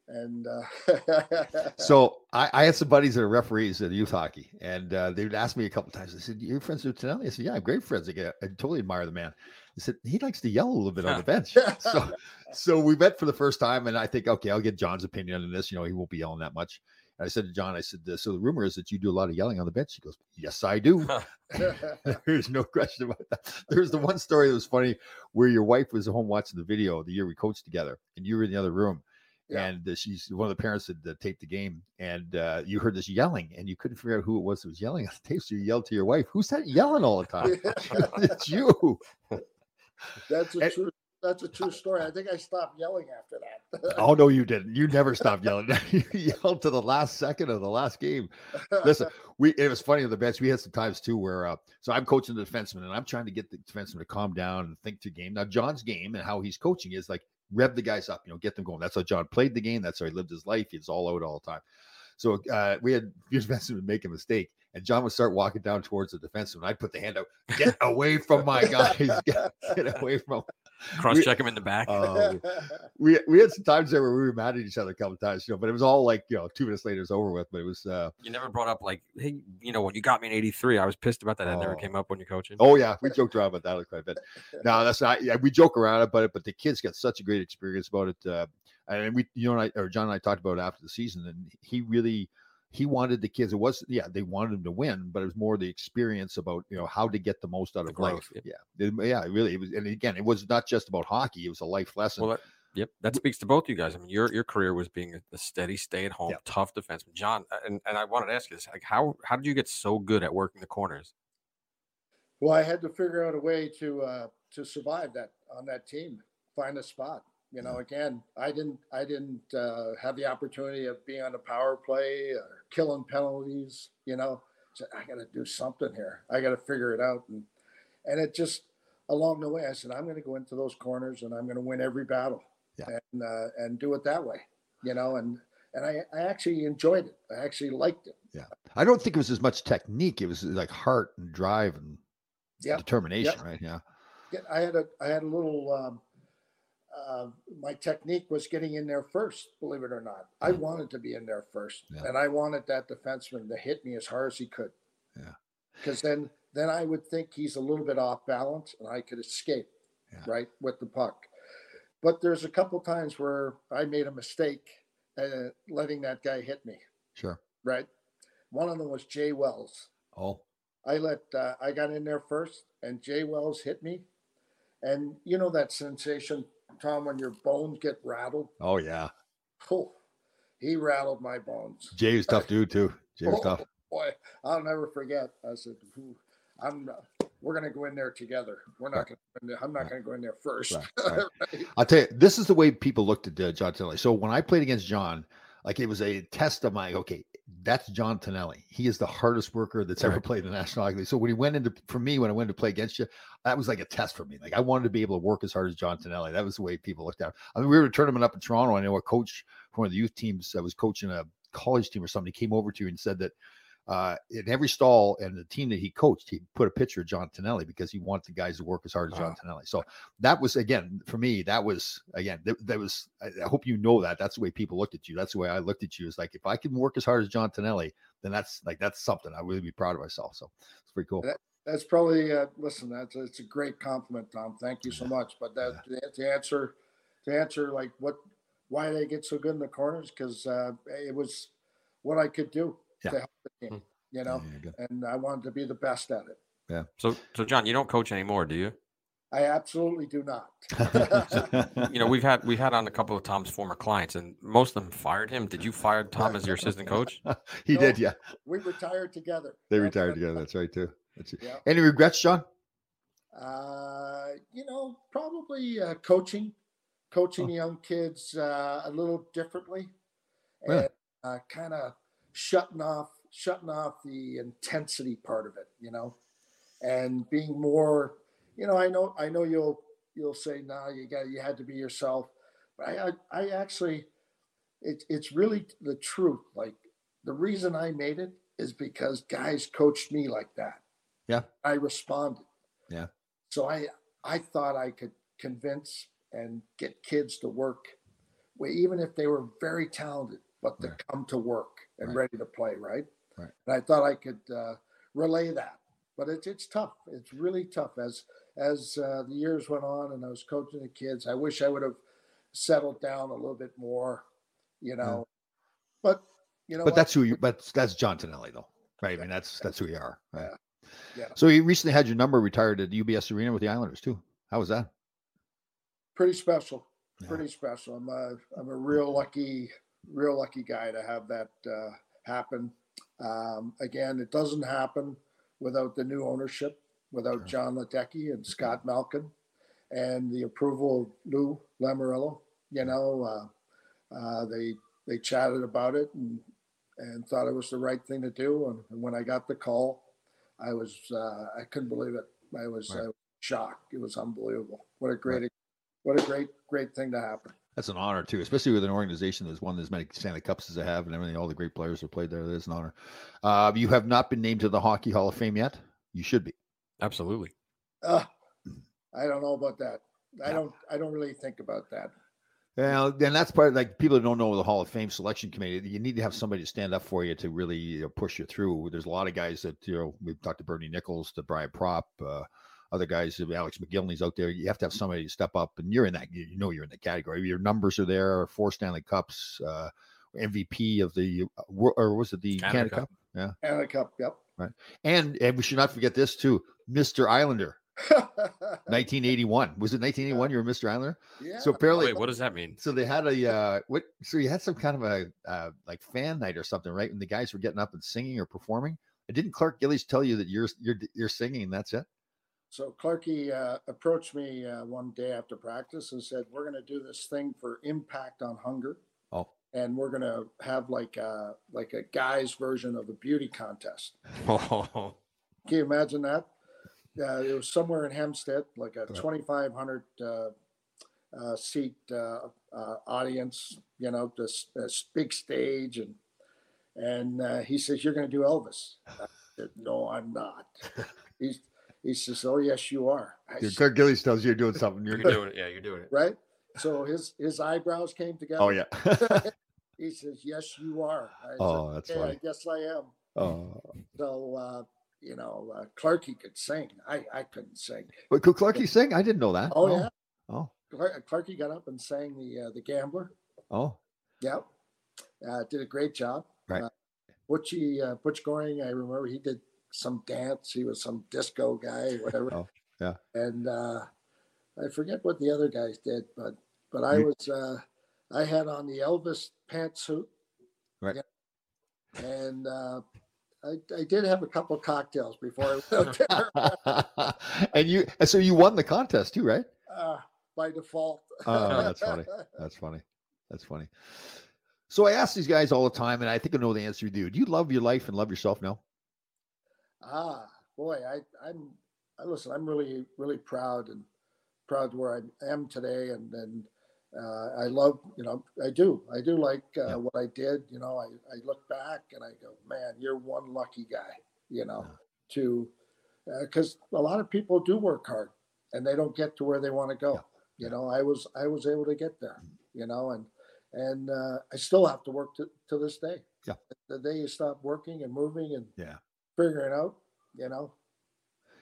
S5: And, and (laughs) uh,
S4: So I, I had some buddies that are referees at youth hockey, and uh, they would ask me a couple times. They said, "You're friends with Tonelli?" I said, "Yeah, I'm great friends. I, get- I totally admire the man." They said he likes to yell a little bit on the bench. so, so we met for the first time, and I think, okay, I'll get John's opinion on this. You know, he won't be yelling that much. And I said to John, I said, "So the rumor is that you do a lot of yelling on the bench." He goes, "Yes, I do." (laughs) There's no question about that. There's the one story that was funny where your wife was home watching the video the year we coached together, and you were in the other room,
S5: Yeah.
S4: and uh, she's one of the parents had uh, taped the game, and uh, you heard this yelling, and you couldn't figure out who it was that was yelling on the tape, so you yelled to your wife, "Who's that yelling all the time?" (laughs) it's you.
S5: that's a
S4: And- Eh
S5: true that's a true story. I think I stopped yelling after that.
S4: oh no, you didn't. You never stopped yelling. (laughs) you yelled to the last second of the last game. Listen, we it was funny on the bench. We had some times too where uh, so I'm coaching the defenseman and I'm trying to get the defenseman to calm down and think to game. Now John's game and how he's coaching is like rev the guys up, you know, get them going. That's how John played the game. That's how he lived his life. He's all out all the time. So uh, we had (laughs) your defenseman make a mistake, and John would start walking down towards the defenseman. I'd put the hand out, get away from
S5: (laughs)
S4: my guys, (laughs) get, get away from.
S3: Cross check him in the back.
S4: Um, we we had some times there where we were mad at each other a couple times, you know, but it was all like you know two minutes later it's over with. But it was uh,
S3: you never brought up like, hey, you know, when you got me in '83, I was pissed about that. That never
S4: Oh.
S3: came up when you're coaching.
S4: oh yeah, we joked around about that quite a bit. No, that's not. Yeah, we joke around about it, but the kids got such a great experience about it. Uh, and we, you know, and I, or John and I talked about it after the season, and he really he wanted the kids. It was yeah, they wanted him to win, but it was more the experience about you know how to get the most out
S3: The
S4: of
S3: growth,
S4: life. Yeah, It- yeah, it really. It was, and again, it was not just about hockey; it was a life lesson.
S3: Well, that, yep, that speaks to both you guys. I mean, your your career was being a- a steady, stay at home,
S4: Yep.
S3: tough defenseman. John, and, and I wanted to ask you this: like, how how did you get so good at working the corners?
S5: Well, I had to figure out a way to uh, to survive that on that team, find a spot. You know, again, I didn't I didn't uh, have the opportunity of being on a power play or killing penalties. You know, so I got to do something here. I got to figure it out, and and it just along the way, I said I'm going to go into those corners and I'm going to win every battle,
S4: Yeah.
S5: and uh, and do it that way. You know, and and I, I actually enjoyed it. I actually liked it.
S4: I don't think it was as much technique; it was like heart and drive and
S5: Yeah.
S4: determination, right? Yeah.
S5: get, I had a I had a little. Um, uh, my technique was getting in there first. Believe it or not, I wanted to be in there first,
S4: Yeah.
S5: and I wanted that defenseman to hit me as hard as he could.
S4: Yeah.
S5: Because then, then I would think he's a little bit off balance, and I could escape,
S4: Yeah.
S5: right, with the puck. But there's a couple times where I made a mistake, uh, letting that guy hit me.
S4: Sure.
S5: Right. One of them was Jay Wells.
S4: Oh,
S5: I let uh, I got in there first, and Jay Wells hit me, and you know that sensation, Tom, when your bones get rattled.
S4: oh yeah.
S5: Oh, he rattled my bones.
S4: Jay was tough dude too. Jay was
S5: Oh,
S4: tough.
S5: Boy, I'll never forget. I said, "Ooh, "I'm we're gonna go in there together. We're not
S4: Right.
S5: gonna. go in there- I'm not gonna go in there first.
S4: Right, right. I'll tell you, this is the way people looked at uh, John Tonelli. So when I played against John, like it was a test of my okay, that's John Tonelli. He is the hardest worker that's ever
S3: Correct.
S4: played in the National Hockey League. So when he went into for me, when I went to play against you, that was like a test for me. Like I wanted to be able to work as hard as John Tonelli. That was the way people looked at. Him. I mean, we were at a tournament up in Toronto. I know a coach from one of the youth teams that was coaching a college team or something came over to you and said that uh, in every stall and the team that he coached, he put a picture of John Tonelli because he wanted the guys to work as hard as John
S3: Wow.
S4: Tonelli. So that was again for me. That was again. That, that was. I, I hope you know that. That's the way people looked at you. That's the way I looked at you. Is like if I can work as hard as John Tonelli, then that's like that's something. I really be proud of myself. So it's pretty cool.
S5: That- That's probably uh, listen. That's it's a great compliment, Tom. Thank you so much. But that to answer, to answer like what, why did I get so good in the corners? Because uh, it was what I could do
S4: Yeah. Hmm.
S5: to help the team, you know.
S4: Yeah,
S5: (laughs)
S4: good.
S5: And I wanted to be the best at it.
S3: So, so John, you don't coach anymore, do you?
S5: I absolutely
S4: (laughs)
S5: do not. (laughs)
S3: You know, we've had we've had on a couple of Tom's former clients, and most of them fired him. Did you fire Tom as your assistant coach?
S4: he
S5: No.
S4: did. Yeah,
S5: we retired together.
S4: they
S5: That's
S4: retired
S5: what-
S4: together. That's right too. That's it.
S5: Yeah.
S4: Any regrets, John?
S5: Uh, you know, probably uh, coaching, coaching
S4: Huh.
S5: young kids uh, a little differently,
S4: Really?
S5: and uh, kind of shutting off, shutting off the intensity part of it, you know, and being more. You know, I know, I know you'll you'll say, "No, you got, you had to be yourself," but I, I, I actually, it's it's really the truth. Like the reason I made it is because guys coached me like that.
S4: Yeah.
S5: I responded.
S4: Yeah.
S5: So I I thought I could convince and get kids to work, wa- even if they were very talented, but to
S4: Right.
S5: come to work and
S4: Right.
S5: ready to play, right?
S4: Right.
S5: And I thought I could uh, relay that, but it's it's tough. It's really tough as as uh, the years went on and I was coaching the kids. I wish I would have settled down a little bit more, you know. But you know,
S4: But
S5: what?
S4: that's who you. But that's John Tonelli, though, right? I mean, that's that's who you are. Right?
S5: Yeah.
S4: So you recently had your number retired at UBS Arena with the Islanders too. How was that?
S5: pretty special.
S4: Yeah.
S5: Pretty special. I'm a I'm a real lucky, real lucky guy to have that uh, happen. Um, again, it doesn't happen without the new ownership, without
S4: Sure. Mm-hmm.
S5: John Ledecky and Scott Malkin, and the approval of Lou Lamorello. You know, uh, Uh, they they chatted about it and and thought it was the right thing to do. And, and when I got the call, I was uh, I couldn't believe it. I was,
S4: Right.
S5: I was shocked. It was unbelievable. What a great what a great great thing to happen.
S4: That's an honor too, especially with an organization that's won as many Stanley Cups as they have, and everything. All the great players have played there. That is an honor. Uh, you have not been named to the Hockey Hall of Fame yet. You should be.
S3: Absolutely.
S5: Uh, I don't know about that. I don't I don't really think about that.
S4: Well, and that's part like people who don't know the Hall of Fame selection committee. You need to have somebody to stand up for you to really you know, push you through. There's a lot of guys that you know we've talked to Bernie Nichols, to Brian Prop, uh, other guys. uh, Alex McGillney's out there. You have to have somebody to step up, and you're in that. You you know you're in the category. Your numbers are there. Four Stanley Cups, uh, MVP of the uh, wor- or was it the
S3: Canada
S4: Canada
S3: Cup.
S4: Cup? Yeah,
S5: And a cup, yep. (laughs)
S4: and and we should not forget this too, Mister Islander, 1981. Was it 1981? You were Mister Islander.
S5: yeah.
S4: So apparently,
S3: Wait, what does that mean? (laughs)
S4: so they had a uh what so you had some kind of a uh like fan night or something right and the guys were getting up and singing or performing and didn't clark gillies tell you that you're you're you're singing and that's it
S5: So Clarky uh, approached me uh, one day after practice and said, "We're going to do this thing for impact on hunger,
S4: oh
S5: and we're going to have like a like a guys' version of a beauty contest."
S3: Oh,
S5: Can you imagine that? Uh, it was somewhere in Hempstead, like a 2,500 uh, uh, seat uh, uh, audience, you know, this, this big stage. And and uh, he says, You're going to do Elvis. I
S4: (laughs)
S5: said, No, I'm not. He's, he says, Oh, yes, you are. I said,
S4: clark gillies tells you you're doing something
S3: you're
S4: you're
S3: doing it. Yeah, you're doing it.
S5: right? So his, his eyebrows came
S4: (laughs)
S5: together.
S4: oh yeah (laughs)
S5: He says, Yes, you are. I said,
S4: Oh, that's
S5: "Okay,
S4: funny.
S5: I guess I am. (laughs)
S4: oh
S5: So, uh, you know, uh, Clarky could sing. I, I couldn't sing.
S4: but could clarky sing i didn't know that
S5: Oh, yeah.
S4: oh
S5: Clar- Clarky uh, got up and sang the uh, the Gambler.
S4: oh
S5: Yep, uh, did a great job.
S4: Right.
S5: Uh, Butchie uh, Butch Goring, I remember he did some dance. He was some disco guy, whatever.
S4: Oh, yeah.
S5: And uh, I forget what the other guys did, but but I
S4: You-
S5: was uh, I had on the Elvis pantsuit.
S4: Right.
S5: Yeah. And uh, I, I did have a couple cocktails before I went out
S4: (laughs)
S5: there
S4: Oh. and you and so you won the contest too right
S5: uh, by default.
S4: Oh, that's
S5: (laughs)
S4: funny. That's funny. That's funny. So I ask these guys all the time, and I think I know the answer. You do. Do you love your life and love yourself now?
S5: Ah, boy, I, I'm, I listen, I'm really, really proud and proud where I am today. And and uh, I love, you know, I do, I do like uh,
S4: Yeah.
S5: what I did. You know, I, I look back and I go, man, you're one lucky guy, you know, to, because a lot of people do work hard and they don't get to where they want to go. You know, I was, I was able to get there, you know, and, and uh, I still have to work to, to this day.
S4: Yeah.
S5: The day you stop working and moving and
S4: Yeah.
S5: figuring out, you know.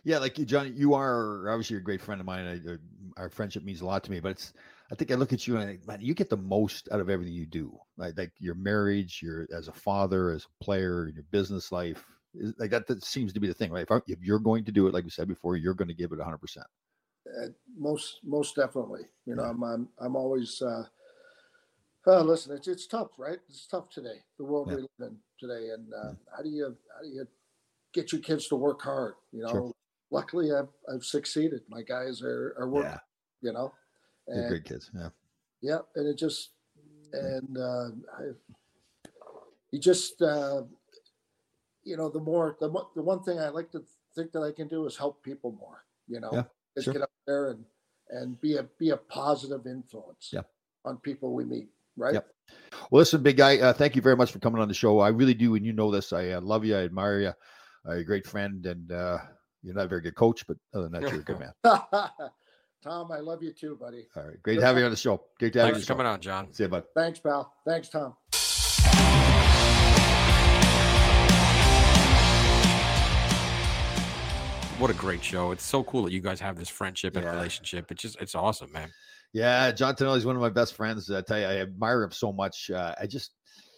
S4: Yeah, like you, John, you are obviously a great friend of mine. I, uh, our friendship means a lot to me, but it's. I think I look at you and I think, man, you get the most out of everything you do. Like, like your marriage, your as a father, as a player, your business life. Is- Like that, that seems to be the thing, right? If, I, if you're going to do it, like we said before, you're going to give it 100. percent
S5: Uh, most most definitely, you know,
S4: Yeah.
S5: I'm I'm, I'm always. Uh, uh, listen, it's it's tough, right? It's tough today. The world
S4: Yeah.
S5: we live in today, and uh, how do you how do you get your kids to work hard? You know,
S4: Sure.
S5: luckily I've I've succeeded. My guys are are working,
S4: Yeah.
S5: you know,
S4: You're
S5: and
S4: great kids. Yeah.
S5: yeah, and it just
S4: Mm-hmm.
S5: and uh, I, you just uh, you know the more the mo- the one thing I like to think that I can do is help people more. You know,
S4: Yeah,
S5: is
S4: sure.
S5: get out there and and be a be a positive influence
S4: Yep.
S5: on people we meet. Right?
S4: Yep. Well, listen, big guy, uh, thank you very much for coming on the show. I really do, and you know this. I uh, love you. I admire you. Uh, you're a great friend, and uh, you're not a very good coach, but other than that, you're a
S3: (laughs)
S4: good man.
S5: (laughs) Tom, I love you too, buddy.
S4: All right, great to have you on the show. Great to have
S3: Thanks for
S4: you on
S3: coming on, John.
S4: the show. See you, bud.
S5: Thanks, pal. Thanks, Tom.
S3: What a great show. It's so cool that you guys have this friendship and relationship. It's just, it's awesome, man.
S4: Yeah, John Tonelli's one of my best friends. I tell you, I admire him so much. Uh, I just,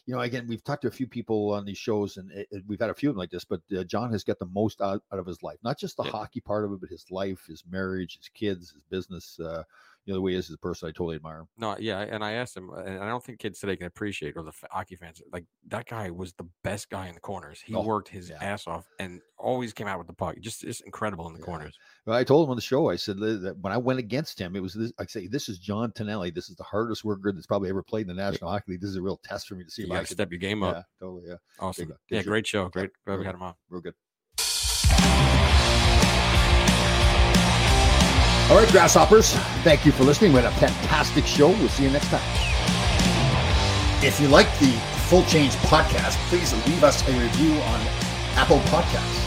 S4: you know, again, we've talked to a few people on these shows, and it, it- we've had a few of them like this. But uh, John has got the most out, out of his life, not just the
S3: Yeah.
S4: hockey part of it, but his life, his marriage, his kids, his business. Uh, you know, the way he is as a person, I totally admire him.
S3: No, yeah, and I asked him, and I don't think kids today can appreciate or the f- hockey fans like that guy was the best guy in the corners. He
S4: Oh,
S3: worked his
S4: yeah.
S3: ass off and always came out with the puck. Just just incredible in the
S4: Yeah.
S3: corners.
S4: Well, I told him on the show, I said "Li- that when I went against him, it was this. I say, this is John Tonelli. This is the hardest worker that's probably ever played in the National Hockey League. This is a real test for me to see
S3: You
S4: if
S3: got
S4: I
S3: to
S4: can.
S3: step your game up.
S4: yeah, totally. Yeah,
S3: Awesome.
S4: Good
S3: Yeah,
S4: show.
S3: great show. Great. Glad we had him on.
S4: real good. All right, grasshoppers. Thank you for listening. We had a fantastic show. We'll see you next time.
S9: If you like the Full Change podcast, please leave us a review on Apple Podcasts.